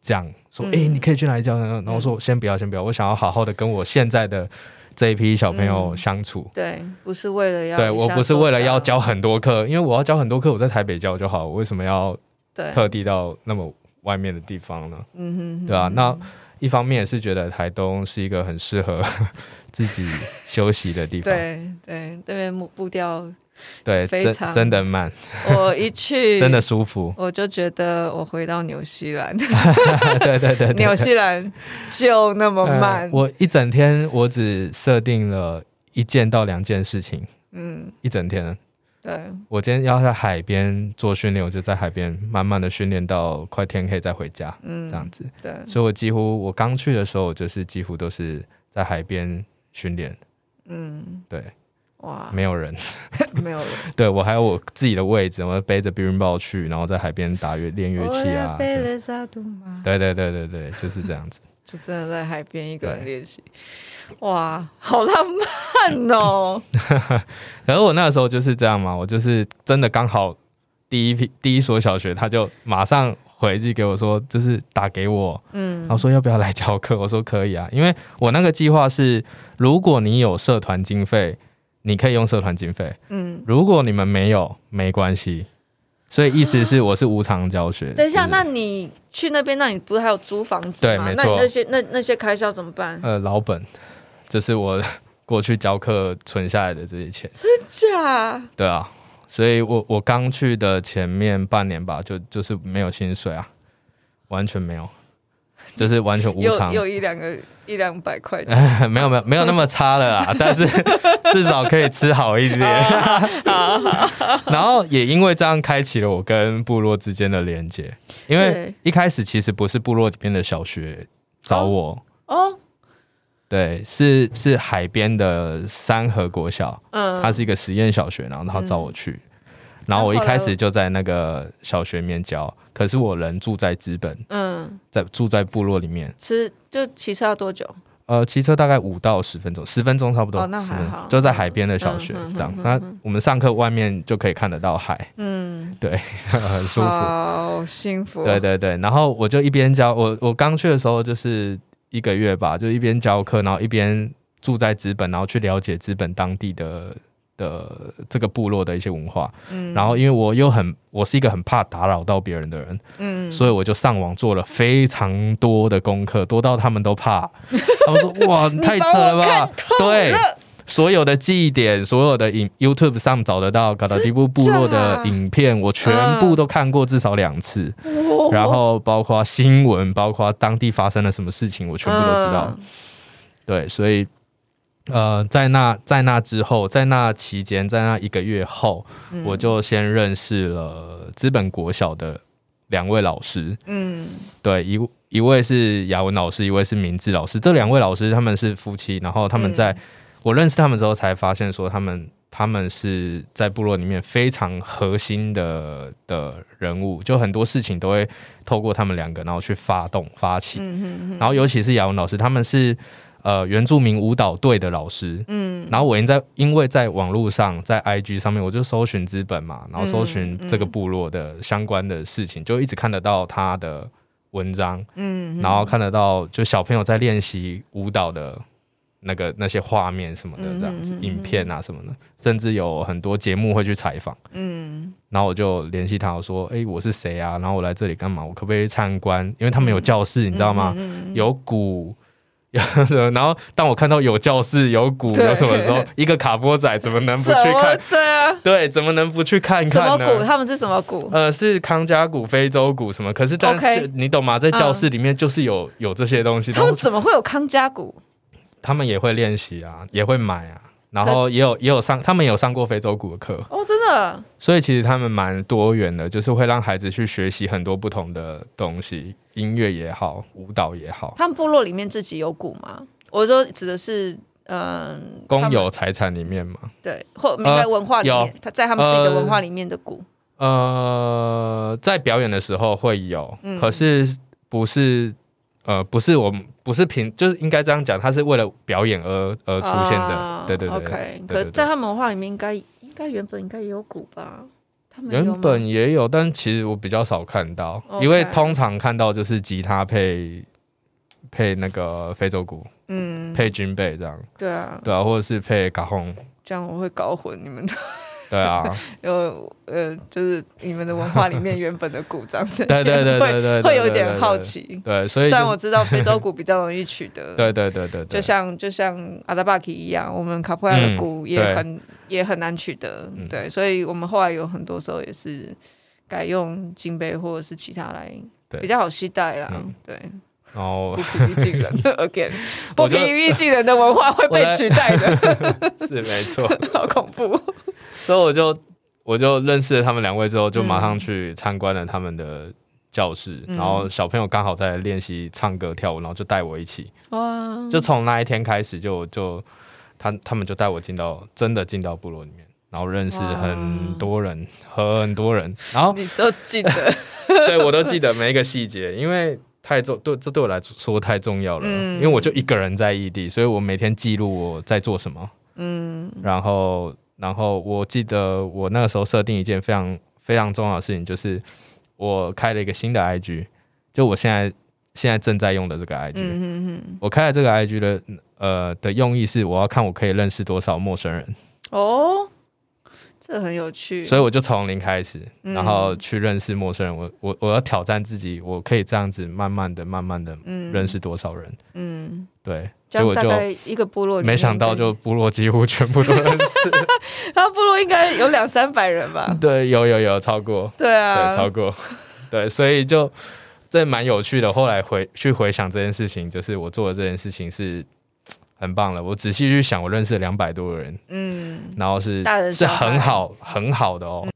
S2: 讲说，
S1: 嗯
S2: 诶，你可以去哪里教呢？然后我说先不要，先不要，我想要好好的跟我现在的这一批小朋友
S1: 嗯
S2: 相处。
S1: 对，不是为了要，
S2: 对我不是为了要，教很多课，因为我要教很多课，我在台北教就好，我为什么要
S1: 对，
S2: 特地到那么外面的地方呢？
S1: 嗯哼哼
S2: 对啊，那一方面也是觉得台东是一个很适合 自己休息的地方，
S1: 对对，那边步步调，
S2: 对，
S1: 非
S2: 真
S1: 常
S2: 真的慢，
S1: 我一去，
S2: 真的。舒 服
S1: 我就觉得我回到纽西兰，
S2: 对对对对
S1: 纽西兰就那么
S2: 呃
S1: 慢，
S2: 我一整天我只设定了一件到两件事情，
S1: 嗯，
S2: 一整天。
S1: 对，
S2: 我今天要在海边做训练，我就在海边慢慢的训练到快天黑再回家，这样
S1: 嗯，
S2: 子。
S1: 对，
S2: 所以我几乎我刚去的时候，我就是几乎都是在海边训练，
S1: 嗯，
S2: 对，
S1: 哇，
S2: 没有人。
S1: 没有人，
S2: 对我还有我自己的位置，我背着避孕包去，然后在海边打乐练乐器啊。
S1: 哦我要贝
S2: 这样
S1: 勒萨杜玛
S2: 对对对对对，就是这样子。
S1: 就真的在海边一个人
S2: 对
S1: 练习，哇，好浪漫 哦！
S2: 然后我那时候就是这样嘛，我就是真的刚好第一批第一所小学，他就马上回寄给我说，就是打给我，
S1: 嗯
S2: 然后说要不要来教课，我 说可以啊，因为我那个计划是，如果你有社团经费，你可以用社团经费，
S1: 嗯，
S2: 如果你们没有，没关系。所以意思是我是无偿教学。
S1: 啊等一下，
S2: 就是
S1: 那你去那边，那你不是还有租房子
S2: 对
S1: 吗？
S2: 没
S1: 那你
S2: 错
S1: 那些那那些开销怎么办？
S2: 呃，老本，这是我过去教课存下来的这些钱。
S1: 假
S2: 对啊，所以我我刚去的前面半年吧，就就是没有薪水啊，完全没有，就是完全无
S3: 又
S2: 偿，哎
S3: 又一两个一两百块钱，
S2: 没有没有没有那么差了啦，但是至少可以吃好一点。 然后也因为这样开启了我跟部落之间的连接，因为
S1: 对
S2: 一开始其实不是部落里面的小学找我，
S1: 哦，
S2: 对，是是海边的三河国小，
S1: 嗯，
S2: 它是一个实验小学，然后他找我去，然后我一开始就在那个小学里面教，可是我人住在资本，
S1: 嗯，
S2: 在住在部落里面，
S1: 吃就骑车要多久？
S2: 呃，骑车大概五到十分钟，十分钟差不多，
S1: 哦那还
S2: 10分钟
S1: 好
S2: 就在海边的小学、
S1: 嗯嗯嗯
S2: 这样
S1: 嗯。嗯
S2: 那我们上课外面就可以看得到海，
S1: 嗯，
S2: 很舒服。
S3: 好幸福。
S2: 对对对，然后我就一边教我我刚去的时候就是一个月吧，就一边教课，然后一边住在资本，然后去了解资本当地的的这个部落的一些文化。
S1: 嗯
S2: 然后因为我又很我是一个很怕打扰到别人的人，
S1: 嗯，
S2: 所以我就上网做了非常多的功课，多到他们都 怕。他们说：“哇，你太扯了吧！”对，所有的记忆点，所有的影 YouTube 上找得到嘎达迪布部落的啊影片，我全部都看过至少两次。然后包括新闻，包括当地发生了什么事情，我全部都知道。对，所以呃，在那在那之后，在那期间，在那一个月后，
S1: 嗯
S2: 我就先认识了资本国小的两位老师。
S1: 嗯，
S2: 对，一一位是雅文老师，一位是明志老师。这两位老师他们是夫妻，然后他们在、我认识他们之后，才发现说他们他们是在部落里面非常核心的的人物，就很多事情都会透过他们两个，然后去发动发起。
S1: 嗯嗯嗯
S2: 然后尤其是雅文老师，他们是呃原住民舞蹈队的老师。
S1: 嗯，
S2: 然后我因在因为在网络上，在 IG 上面，我就搜寻资本嘛，然
S1: 嗯
S2: 后搜寻这个部落的相关的事情，就一直看得到他的文章，
S1: 嗯，
S2: 然后看得到就小朋友在练习舞蹈的那个那些画面什么的，这样
S1: 嗯嗯
S2: 子、
S1: 嗯嗯
S2: 影片啊什么的，甚至有很多节目会去采访。
S1: 嗯
S2: 然后我就联系他，我说：“哎、我是谁啊？然后我来这里干嘛？我可不可以参观？因为他们有教室，你知道
S1: 嗯
S2: 吗？有鼓，有什么？ 然后当我看到有教室、有 鼓、
S1: 对
S2: 有什么的时候，一个卡波仔怎么能不
S1: 怎
S2: 去
S1: 么
S2: 看？
S1: 对啊？
S2: 对，怎么能不去看
S1: 什么
S2: 看
S1: 股？
S2: 呢？
S1: 他们是什么股？
S2: 呃，是康佳鼓、非洲鼓什么？可是但
S1: OK 嗯
S2: 是你懂吗？在教室里面就是有、有这些东西，
S1: 他
S2: 然后
S1: 们怎么会有康佳股？
S2: 他们也会练习啊，也会买啊，然后也有也有上，他们有上过非洲鼓的课。
S1: 哦，真的，
S2: 所以其实他们蛮多元的，就是会让孩子去学习很多不同的东西，音乐也好，舞蹈也好，
S1: 他们部落里面自己有股吗？我说指的是，嗯，
S2: 公
S1: 他们
S2: 有财产里面嘛，
S1: 对，或应该文化里面
S2: 呃有，
S1: 他在他们自己的
S2: 呃
S1: 文化里面的股，
S2: 呃，在表演的时候会有，
S1: 嗯
S2: 可是不是呃不是我们不是凭就是应该这样讲，它是为了表演而而出现的，
S1: 啊
S2: 对对对
S1: OK，
S2: 对对
S1: 可
S2: 对
S1: 在他们文化里面应该应该原本应该也有股吧？他们有吗
S2: 原本也有，但其实我比较少看到
S1: OK
S2: 因为通常看到就是吉他配配那个非洲鼓，
S1: 嗯，
S2: 配军备这样，
S1: 对啊，
S2: 对啊，或者是配嘎轰。
S1: 这样我会搞混你们的，
S2: 对啊，
S1: 呃呃，就是你们的文化里面原本的股长怎样
S2: 对对对对 对，对
S1: 会会有点好。奇。
S2: 对对对，所以
S1: 虽
S2: 就
S1: 然我
S2: 是
S1: 知道非洲股比较容易取得，
S2: 对对对对对，
S1: 就像就像阿达巴基一样，我们卡普亚的鼓也
S2: 对
S1: 很、也很难取得，
S2: 嗯
S1: 对，所以我们后来有很多时候也是改用金杯或者是其他来
S2: 对
S1: 比较好携带啦，
S2: 嗯
S1: 对，
S2: 然后
S1: 不平易近人，again，不
S2: 我觉得
S1: 平易近人的文化会被取代 的，
S2: 是没错，
S1: 好恐怖，
S2: 所以我就我就认识了他们两位之后，就马上去参观了他们的教室，
S1: 嗯
S2: 然后小朋友刚好在练习唱歌跳舞，然后就带我一起，
S1: 哇，
S2: 就从那一天开始就就他他们就带我进到真的进到部落里面。然后认识
S1: 哇
S2: 很多人，很多人，然后
S1: 你都记得，
S2: 对我都记得每一个细节，因为太重对这对我来说太重要了，
S1: 嗯
S2: 因为我就一个人在异地，所以我每天记录我在做什么，
S1: 嗯
S2: 然后然后我记得我那个时候设定一件非常非常重要的事情，就是我开了一个新的 IG，就我现在现在正在用的这个 IG，、
S1: 嗯嗯嗯，
S2: 我开了这个 IG 的
S1: 嗯
S2: 呃的用意是我要看我可以认识多少陌生人，
S1: 哦，这很有趣。
S2: 所以我就从零开始，
S1: 嗯
S2: 然后去认识陌生人。我我我要挑战自己，我可以这样子慢慢的、慢慢的
S1: 嗯
S2: 认识多少人？
S1: 嗯，
S2: 对，
S1: 这
S2: 结
S1: 样
S2: 果
S1: 大
S2: 就
S1: 概一个部落里面
S2: 没想到就部 落几乎全部都认识。
S1: 应该，他部落应该有两三百人吧？
S2: 对，有有有 超过，
S1: 嗯对啊，
S2: 对，超过，对，所以就这蛮有趣的。后来回去回想这件事情，就是我做的这件事情是。很棒了，我仔细去想，我认识了两百多个人，
S1: 嗯，
S2: 然后是
S1: 大人
S2: 是
S1: 小孩
S2: 很好很好的哦。